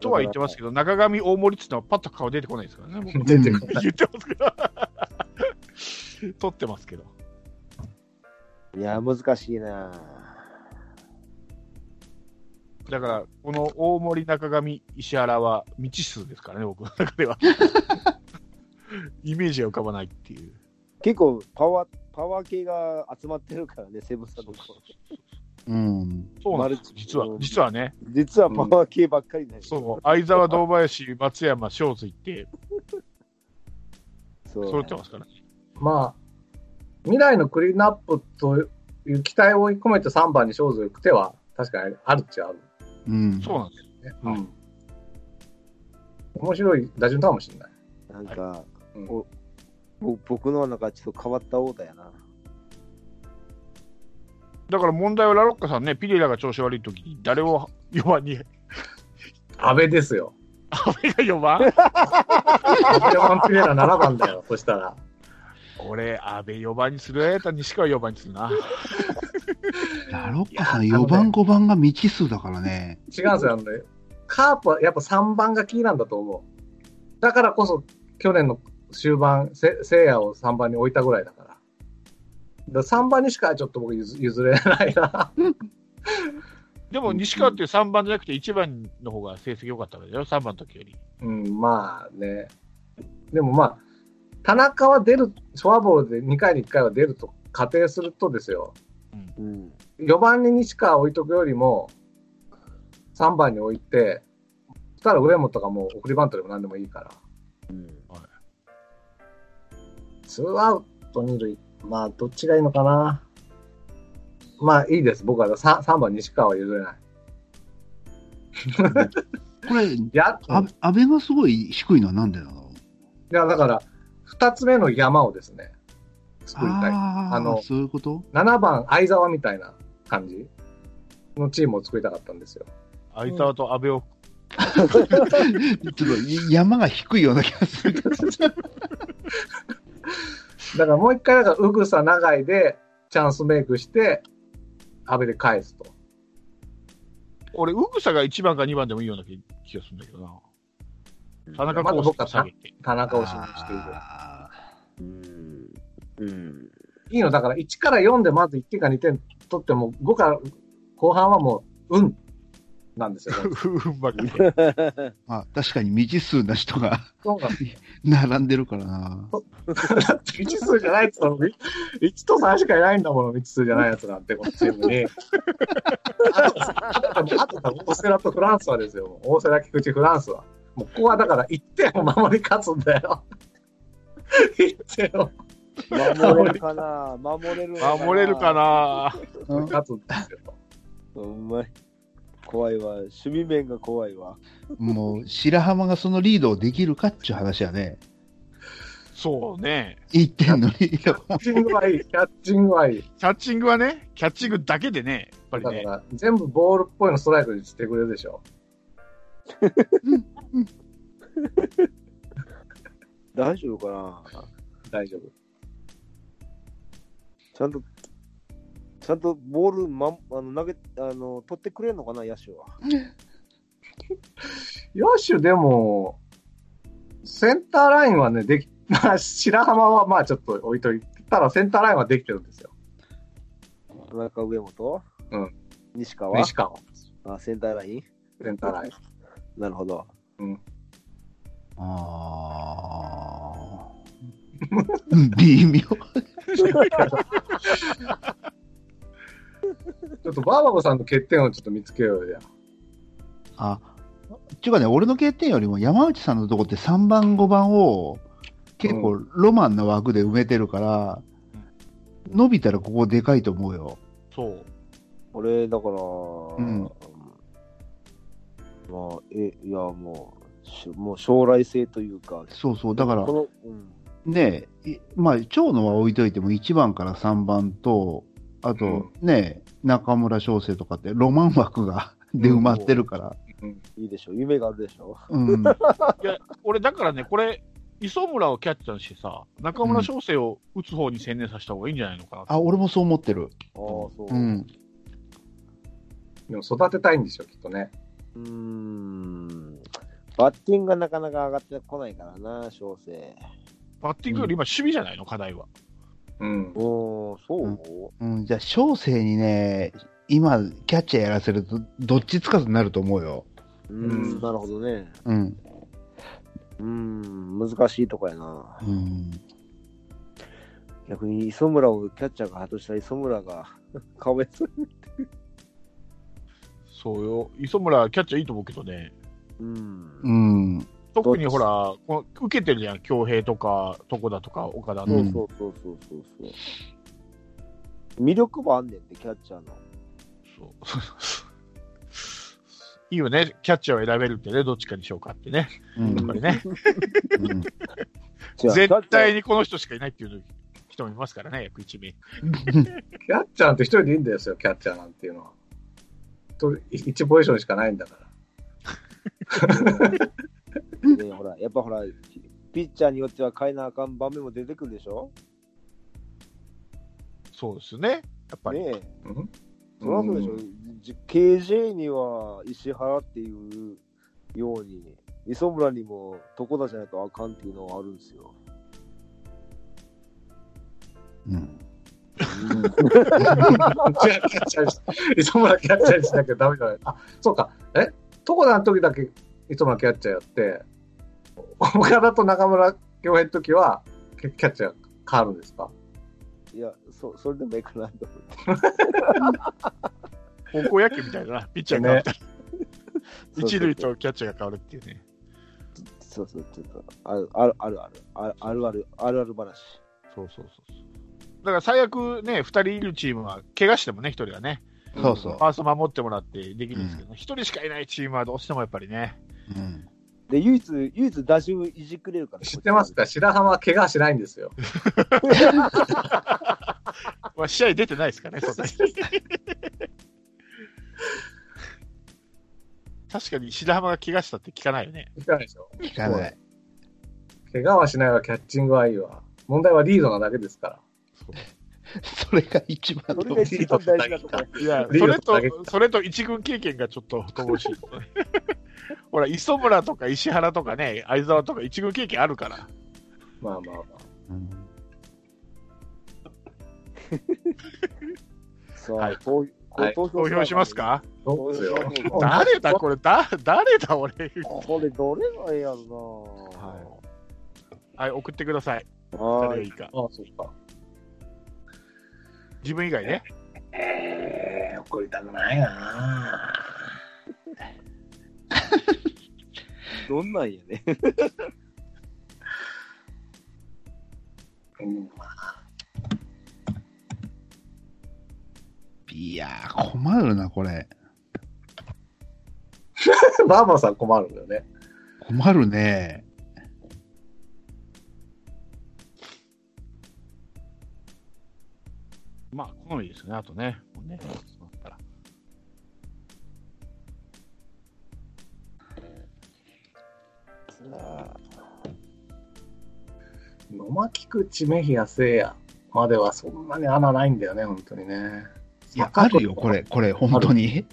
とは言ってますけど、中上、大森っていうのはパッと顔出てこないですからね、 僕出てこない。言ってますけど。 取ってますけど。いや、難しいな。だから、この大森、中上、石原は未知数ですからね、僕の中では。イメージが浮かばないっていう。結構、パワー、パワー系が集まってるからね、セブンさんのとこうん。そうなんですマルチ実は、実はね、実はパワー系ばっかりだよそう、相沢、堂林、松山、翔水ってそう揃ってますからね。 まあ、未来のクリーンアップという期待を追い込めて3番に勝負行く手は、確かにあるっちゃあるうん。そうなんですよ。ね。うん。面白い打順かもしれない。なんか、うんおぼ僕のはなんかちょっと変わったオーダーやな。だから問題はラロッカさんね、ピレラが調子悪い時に誰を4番 に、安倍ですよ。阿部が4番安倍ワンピレラ7番だよ、そしたら。俺、阿部4番にするやったら西川4番にするな。ラロッカさん、いや4番、5番が未知数だからね。違うんですよ、あのね、カープはやっぱ3番がキーなんだと思う。だからこそ、去年の終盤、せせいやを3番に置いたぐらいだから。だから3番にしかちょっと僕譲譲れないな。 でも西川って3番じゃなくて1番の方が成績良かったわけだよ、3番の時より。うん、まあね。でもまあ、田中は出る、フォアボールで2回に1回は出ると仮定するとですよ、うん。 4番に西川置いとくよりも、3番に置いて、そしたら上本がもう送りバントでも何でもいいから。ツーアウト二塁。まあ、どっちがいいのかな。まあ、いいです。僕は 3, 三番西川は譲れない。これ、いや、あ安倍がすごい低いのはなんでなのいやだから、2つ目の山をですね、作りたい。あああ、のそういうこと 7番、相沢みたいな感じのチームを作りたかったんですよ。相沢と阿部を、ちょっと山が低いような気がす るけど。だからもう一回、だから、うぐさ長いでチャンスメイクして、阿部で返すと。俺、うぐさが1番か2番でもいいような気気がするんだけどな。田中まだ康僕介を下はげて。田中を指名している。あうん。 うん。いいの、だから1から4でまず1点か2点取っても、5から後半はもう、うん、なんですよ。 うん、まくね。ーまあ、確かに未知数な人がそうなん 並んでるからな。だって未知数じゃないって言ったのに、1と3しかいないんだもの、未知数じゃないやつなんて、このチームに。あと、あと、あと、あと大瀬良とフランスはですよ。もう大瀬良、菊池、フランスは。もうここはだから1点を守り勝つんだよ。1点を守れるかな守れるの守れるかな勝つんですよ。うまい。怖いわ。趣味面が怖いわ。もう、白浜がそのリードをできるかっちゅう話やね。そうね。言ってんのに。キャッチングはいい、 キャッチングはいい。キャッチングはね、キャッチングだけでね、やっぱだかりね。ら、全部ボールっぽいのストライクにしてくれるでしょ。大丈夫かな大丈夫。ちゃんと、ちゃんとボール、まん、あの投げあの取ってくれんのかな、野手は。野手でも、センターラインはね、でき、 まあ、白浜はまあちょっと置いといたら、センターラインはできてるんですよ。田中上本うん。西川西川、あセンターラインセンターライン。なるほど。 あー。微妙。ちょっとバーバブさんの欠点をちょっと見つけようよ。あ、ちゅうかね、俺の欠点よりも山内さんのとこって3番、5番を結構ロマンな枠で埋めてるから、伸びたらここでかいと思うよ。そう。俺、だから、んまあ、え、いや、もう、しもう将来性というか、そうそう。だからこ、の、うん、ねえ、いまあ、長野は置いといても1番から3番と、あとねえ、中村翔成とかってロマン枠がで埋まってるから。いいでしょう、夢があるでしょうん。いや、俺だからね、これ、磯村をキャッチャーにしてさ、中村翔成を打つ方に専念させた方がいいんじゃないのかなとあ、俺もそう思ってる。う。ああ、そう。う。うんでも育てたいんでしょ、きっとね。ーん。バッティングがなかなか上がってこないからな、小生。バッティングより今、守備じゃないの、課題は。うん。おー、そう、うんうん、じゃあ、翔成にね、今、キャッチャーやらせると、どっちつかずになると思うよ。うん、うんなるほどね。うん。うん、難しいとこやな。うん。逆に磯村をキャッチャーが外した磯村が かわいそうに。そうよ。磯村、キャッチャーいいと思うけどね。うん。うん。特にほら、この受けてるじゃん、京平とか、床田とか、岡田その。うそうそうそうそうそう。魅力もあんねんって、キャッチャーの。そう いいよね、キャッチャーを選べるってね、どっちかにしようかってね。うんやっぱりね、うん違う絶対キャッチャーにこの人しかいないっていう人もいますからね、約1名。キャッチャーなんて一人でいいんですよ、キャッチャーなんていうのは。と一ポジションしかないんだから。ねほら、やっぱほら、ピッチャーによっては変えなあかん場面も出てくるでしょそうですね、やっぱり。ねえ。うんそりゃそうでしょ、じ KJ には石原っていうように、磯村にも床田じゃないとあかんっていうのがあるんですよ。うん。キャッチャーにし磯村キャッチャーにしなきゃダメじゃない。あ、そうか。え、床田の時だけ磯村キャッチャーやって、岡田と中村恭平の時はキャキャッチャー変わるんですかいや、そそれでもいいかなと思って。高校野球みたいだな、ピッチャーが変わったら、一塁とキャッチャーが変わるっていうね。そうそうそうそう。あるあるあるあるあるあるあるあるある話。そうそうそうそう。だから最悪ね、2人いるチームは、怪我してもね、1人はね、そうそファースト守ってもらってできるんですけど、一1人しかいないチームはどうしてもやっぱりね、う。うん。で、唯一、唯一打順いじくれるから。知ってますか白浜は怪我しないんですよ。まあ、試合出てないですからね、そんな に確かに白浜が怪我したって聞かないよね。聞かないでしょ。聞かない。怪我はしないわ、キャッチングはいいわ。問題はリードなだけですから。それが一番それのが一番大事なところ。いや、リそードれと投げと、それと一軍経験がちょっと乏しい。ほら、磯村とか石原とかね、相沢とか一軍経験あるから。まあまあまあ。うんさあ、はい投こはれい投投票しますかそうですよ。誰だこれだ誰だ俺これどれがええやろなはい送ってくださいは誰がいいいかああ、そうか。自分以外ねええー、怒りたくないなどんなんやね。うん、いやー、困るな、これ。バーバーさん困るんだよね。困るね。まあ、好みですね、あとね。もうねそうなったら野間菊池メヒア聖夜まではそんなに穴ないんだよね、本当にね。いや、あるよ、これ、これ、本当に。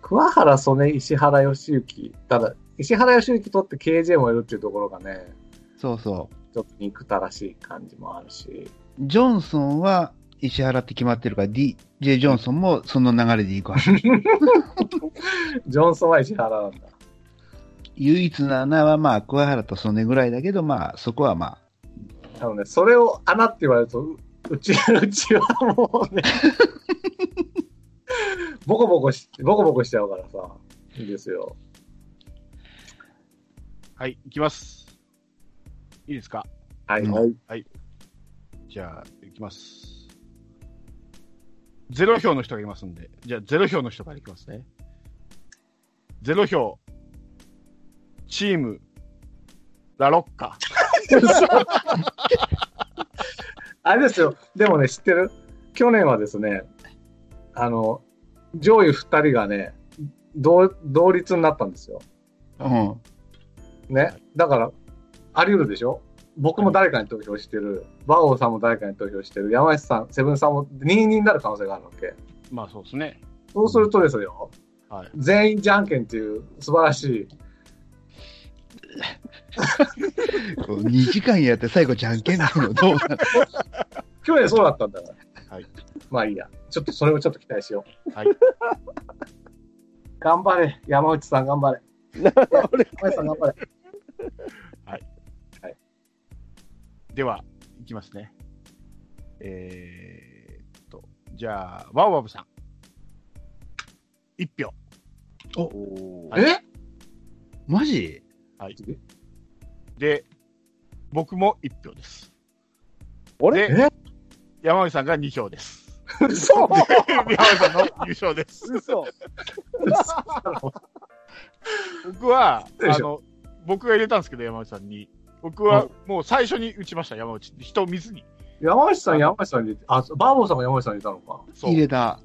桑原、曽根、石原義行。ただ、石原義行取って KJ もいるっていうところがね、そうそちょっと憎たらしい感じもあるし。う。ジョンソンは石原って決まってるから、DJ ジョンソンもその流れでいくはず。ジョンソンは石原なんだ。唯一の穴は、まあ、桑原と曽根ぐらいだけど、まあ、そこはまあ、あのね、それを穴って言われると、ううち、うちはも うね、ボコボコし、ボコボコしちゃうからさ、いいですよ。はい、いきます。いいですかはい。うんはい、じゃあ、いきます。ゼロ票の人がいますんで、じゃあ、ゼロ票の人からいきますね。ゼロ票、チーム、ラロッ カ。あれですよ、でもね、知ってる去年はですね、あの、上位2人がね、同同率になったんですよ。うん。ね。だから、あり得るでしょ僕も誰かに投票してる、バオさんも誰かに投票してる、山内さん、セブンさんも2人になる可能性があるわけ。まあ、そうですね。そうするとですよ、はい。全員じゃんけんっていう素晴らしい2時間やって最後じゃんけんなのどうなの去年そうだったんだから。はい。まあいいや。ちょっとそれをちょっと期待しよう。はい。頑張れ。山内さん頑張れ。山 内さん頑張れ。では、いきますね。えー、っと、じゃあ、ワオワブさん。一票。はいえマジで、僕も一票です。あでれえ山口さんが二票です。嘘山口さんの優勝です。嘘僕は、よいあしの、僕が入れたんですけど、山内さんに。僕はもう最初に打ちました、山内。人を見ずに。山内さん、山内さんに入れて、あ、バーボンさんが山内さんに入れたのか。そう入れた。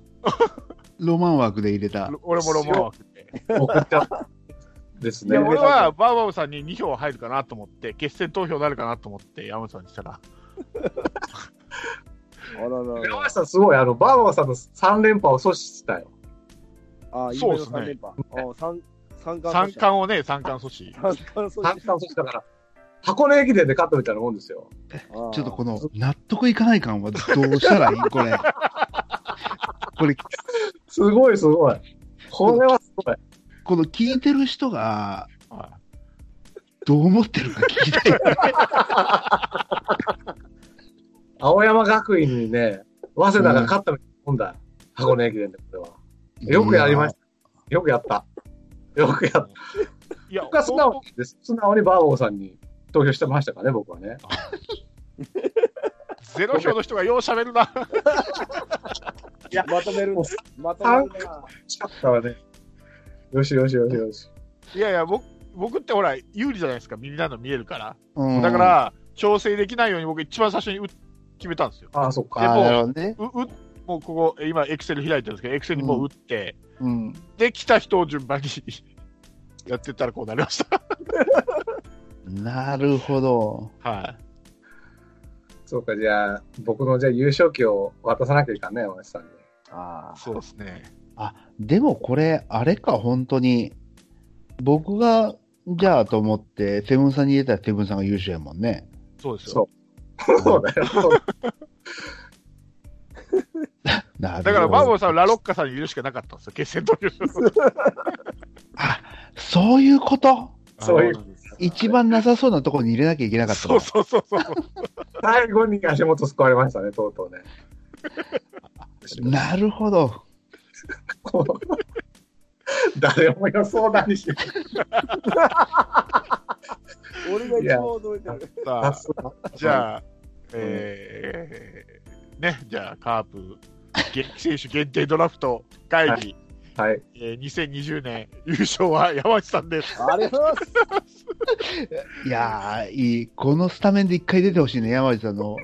ロマン枠で入れた。俺もロマン枠で。送っちゃったですいねや、。俺はバーバブさんに2票入るかなと思って、決選投票になるかなと思って、山内さんにしたら。あららら山内さんすごい、あの、バーボンさんの3連覇を阻止したよ。あ、そう今っのすね3連覇。あ三三冠三冠をね、三冠阻止。三冠3連覇阻止だから、箱根駅伝で勝ったみたいなもんですよ。ちょっとこの。の納得いかない感はどうしたらいいこれ。これ、すごい、すごい。これはすごい。この聞いてる人がはどう思ってるか聞きたい。青山学院にね、早稲田が勝ったみたいなもんだ。箱根駅伝で、これは。よくやりました。よくやった。よくやった。いや、僕は素直本にです。素直にバーボーさんに投票してましたからね、僕はね。当ゼロ票の人がよう喋るな。 まとめるな。まとめるな。だからね。よしよしよしよし。いやいや、僕僕ってほら、有利じゃないですか、みんなの見えるから。うん。だから、調整できないように僕一番最初に打決めたんですよ。ああ、そっか。あー、なるほどね。ううもうここ、今、エクセル開いてるんですけど、エクセルにもう打って、うん。で、来た人を順番に やってったらこうなりました。なるほど。はい。そうか、じゃあ、僕のじゃあ優勝旗を渡さなきゃいかんね、山内さんに。あそうですね。でもこれ、あれか、本当に。僕が、じゃあと思って、セブンさんに入れたらセブンさんが優勝やもんね。そうですそよ。そうだよ。なるほどだから、バーボンさん、ラロッカさんに入れるしかなかったんですよ、決戦投票。あ、そういうことそういう一番なさそうなところに入れなきゃいけなかったそうのそうそうそう。最後に足元救われましたね、とうとう ね。なるほど。こう誰も予想だにしない。あ。俺が一番驚いてる。 ささすがあ、じゃあ、えー、ね、じゃあ、カープ、現役選手限定ドラフト会議、ははい。えー2020年優勝は山内さんです。ありがとうございます。いやー、いい。このスタメンで一回出てほしいね、山内さんの。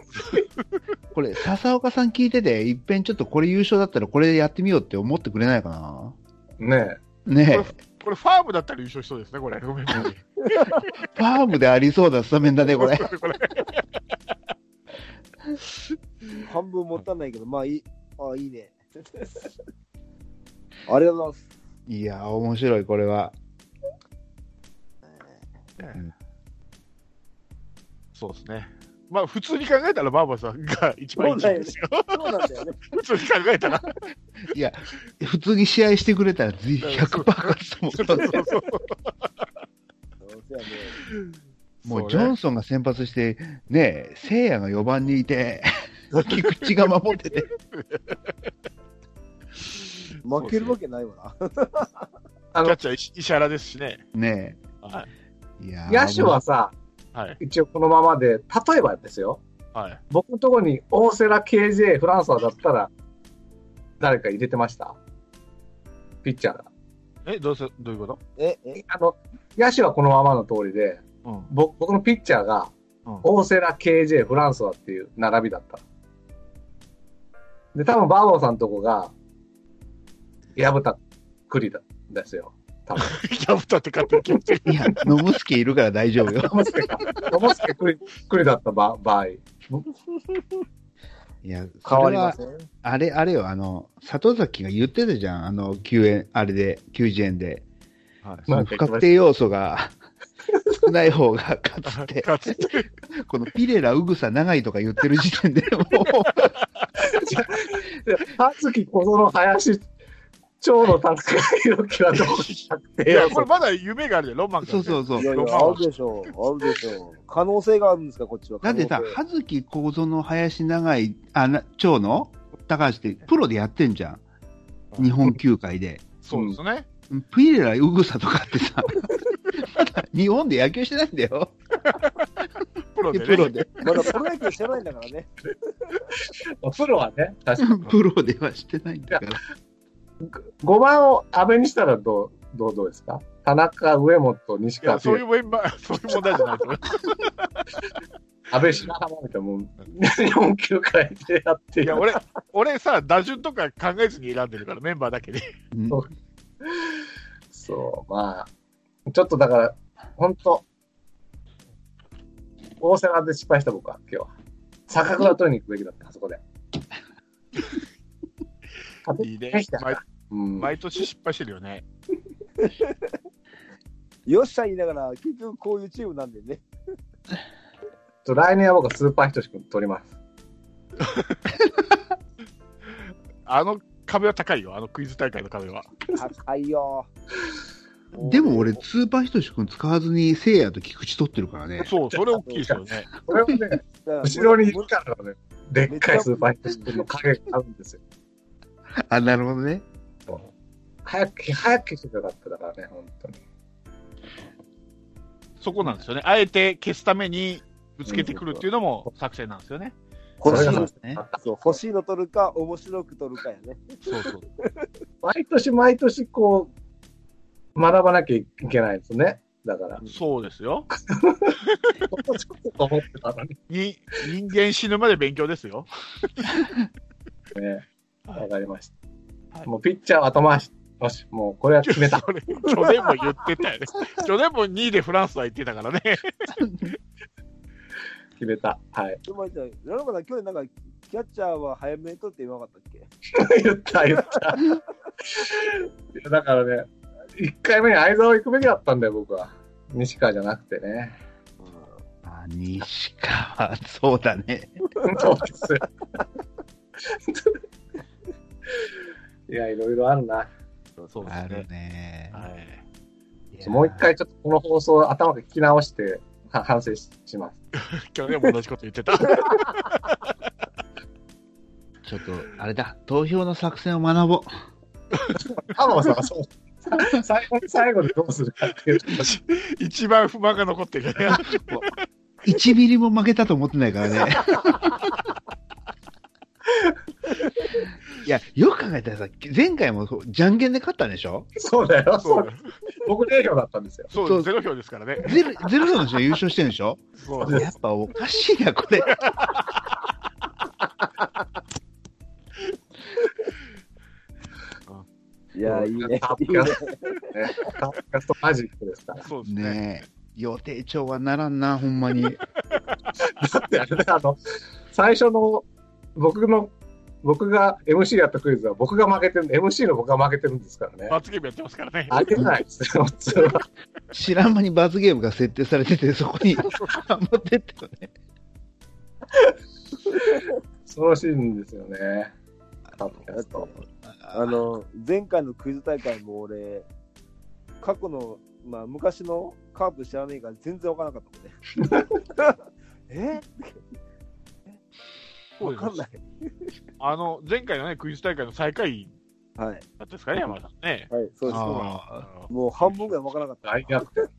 これ、笹岡さん聞いてて、いっぺんちょっとこれ優勝だったらこれやってみようって思ってくれないかねな。ねえ、これファームだったら優勝しそうですね、これ。ごめんなさい。ファームでありそうなスタメンだね、これ。これ半分持たないけど、まあいい。あいいね。 ありがとうございます。いやー、面白い、これは。そうですね。まあ、普通に考えたら、バーバさんが一番いいんですよ。そうなんだよね。普通に考えた ら。いや、普通に試合してくれたら、ぜひ100%勝つと思そううそうそうそうやね。もそううジョねンソンが先発して、ねえ、聖夜が4番にいて、菊池が守ってて、負けるわけないわな。キャッチャー石石原ですしね。ねはえ。いやえ。ー野手はさ、はい。一応このままで、例えばですよ、はい。僕のところに大瀬良 KJ、フランスはだったら、誰か入れてましたピッチャーが。え、どうせ、どういうことえ、え、あの、野手はこのままの通りで、うん。僕僕のピッチャーが、うん大瀬良 KJ、フランソワっていう並びだった。で、多分バーボーさんとこが、薮田栗だ、ですよ。多分。キャプターって勝手に決めてる。いや、ノブスケいるから大丈夫よ。友介か。友介栗、栗だった場場合。いや、変そわれりまは、せん。あれ、あれよ、あの、里崎が言ってたじゃん、あの、救援、あれで、救援で。はいその不確定要素が少ない方が勝つって、勝つって。このピレラ、ウグサ、長井とか言ってる時点でも葉月小園林長の戦いの際どうしたっていよや、これまだ夢があるよ、ロマンう、が、そうそうそうい。やいや、あるでしょう。あるでしょう。可能性があるんですか、こっちは。だってさ可能、性葉月構造の林長い、あ、な長野高橋って、プロでやってんじゃん。日本球界で。そうですね。ピレラ、ウグサとかってさ、 まだ日本で野球してないんだよ。プロで、ね。プロで。まだプロ野球してないんだからね。プロはね、確かに。プロではしてないんだから。 5番を安倍にしたらどう、どうどうですか田中、上本、西いや、川、そういうメンバー、 そういう問題じゃないと思う。安倍品浜みたいなもん、日本球界でやっていや、俺、俺さ、打順とか考えずに選んでるから、メンバーだけで。 うんそうそう、まあ、ちょっとだから、本当大阪で失敗した僕は、今日は。坂倉取りに行くべきだった、あそこで。いいね勝て。毎うん、毎年失敗してるよね。よっしゃ言いながら、結局こういうチームなんでね。来年は僕はスーパーひとし君取ります。あの壁は高いよ、あのクイズ大会の壁は。高いよ。でも俺、スーパーひとし君使わずに、せいやと菊池取ってるからね。そう、それ大きいですよね。これはね、後ろにいるからね、でっかいスーパーひとし君の影があるんですよ。あ、なるほどね。早く、早く消してよかっただからね、本当に。そこなんですよね。あえて消すためにぶつけてくるっていうのも作戦なんですよね。欲しいそれのがねそう欲しいの取るか、面白く取るかやね。そうそう。毎年毎年、こう、学ばなきゃいけないですね。だから、そうですよ。今年こそ思ってたのに。に人間死ぬまで勉強ですよ。ね。はいわかりました。はいもうピッチャーは後回し。よし、もうこれは決め た。それ去年も言ってたよね。去年も2位でフランスは言ってたからね。決めた。はい。 でもじゃあ、ラノカさん、去年なんか、キャッチャーは早めに取って言わなかったっけ言った、言った。い やだからね、1回目に相沢を行くべきだったんだよ、僕は。西川じゃなくてね。 あ、西川、そうだね。そうですよ。 いや、いろいろあるな。そうですあるね。ね。はいいやーもう一。回ちょっとこの放送、頭が聞き直して、は反省しします。去年も同じこと言ってた。 ちょっと、あれだ、投票の作戦を学ぼう。浜田さんはそう。最後に最後でどうするかっていう。一番不満が残ってるよね。 1ミリも負けたと思ってないからね。いや、よく考えたらさ、前回もそうじゃんけんで勝ったんでしょそうだよ。そそうう僕、0票だったんですよ。そう、ゼロ票ですからね。ゼロ、ゼロの人が優勝してるんでしょそうやっぱおかしいな、これ。いや、いいね。タップキャスト。ねタップキャストマジックですから。そうですね。ねえ。予定調はならんな、ほんま に。だってあれね、あの、最初の、僕の、僕が MC やったクイズは僕が負けてる、MC の僕が負けてるんですからね。罰ゲームやってますからね。あげないです よ、普通は。知らん間に罰ゲームが設定されてて、そこにハマってったよね。恐ろしいんですよね。タップキャスト。あの、前回のクイズ大会も俺、過去の、まあ、昔のカープ知らねえから全然わからなかったも んね。えわかんない。あの、前回のね、クイズ大会の最下位はい、だったですかね、山田さんね。はい、そうです。あもう半分ぐらいわからなかっ大逆転。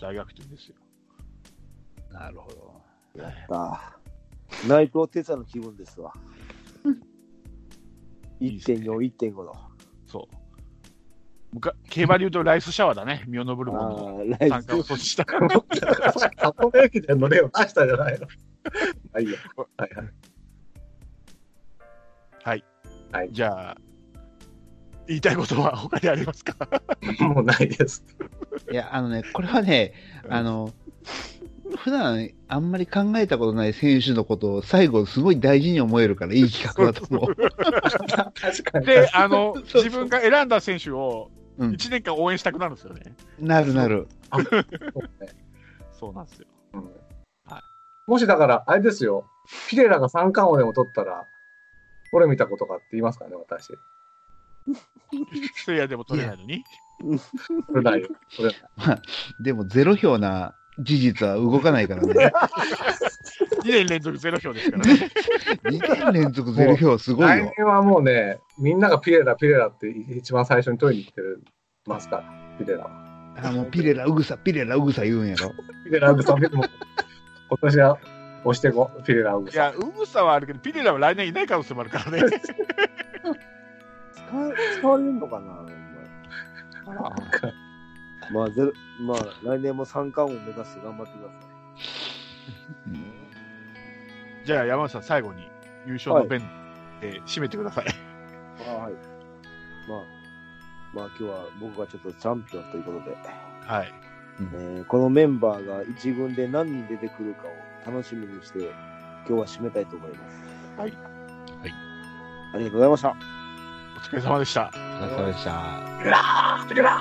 大逆転ですよ。あ、なるほど。た。内藤哲也の気分ですわ。1.4、1.5の。そう。むか競馬で言うとライスシャワーだね、ミオノブルボンのああ、ライ参加をズ。阻止した。 箱根駅伝の例を出したじゃないの。はいよ。はいはい。じゃあ、言いたいことは他にありますかもうないです。いや、あのね、これはね、あの、普段あんまり考えたことない選手のことを最後すごい大事に思えるからいい企画だと思う。確か に。で、あの、そう自分が選んだ選手をうん、 1年間応援したくなるんですよね。なるなる。そうなんですよ。うんはいもしだから、あれですよ。ピレラが三冠王でも取ったら、俺見たことかって言いますかね、 私。せいやでも取れないのに。それないよ。それないでもゼロ票な事実は動かないから ね。 2年連続ゼロ票ですからね。 2年連続ゼロ票すごい来よ。年はもうね、みんながピレラ、ピレラって一番最初に取りに来てますから、ピレラは。あもうピレラ、ウグサ、ピレラ、ウグサ言うんやろ。ピレラウグサ、もう今年は押してこ、ピレラウグいサ。や、ウグサはあるけど、ピレラは来年いない可能性もあるからね。使え使われるのかなお前まあ、ゼロ、まあ、来年も三冠王目指して頑張ってください。 じゃあ、山内さん、最後に優勝の弁で締めてください。あはい。まあ、まあ今日は僕がちょっとチャンピオンということで、はい。えーこのメンバーが一軍で何人出てくるかを楽しみにして、今日は締めたいと思います。はいはい。ありがとうございました。お疲れ様でした。お疲れ様でした。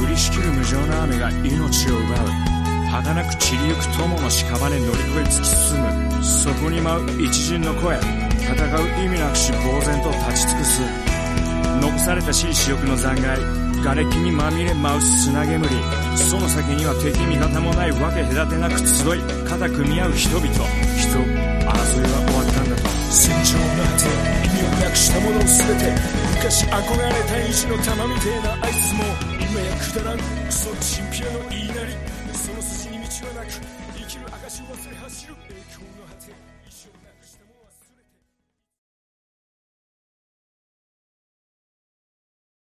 降りしきる無情な雨が命を奪う儚く散りゆく友の屍に乗り越え突き進むそこに舞う一陣の声戦う意味なくし呆然と立ち尽くす残されたしい死翼の残骸瓦礫にまみれ舞う砂煙その先には敵味方もないわけ隔てなく集い肩組み合う人々人争いは終わったんだと戦場の果て意味をなくしたものを全て昔憧れた意地の玉みてえなあいつも今やくだらんクソチンピラの言いなりその筋に道はなく生きる証を忘れ走る栄光の果て一生なり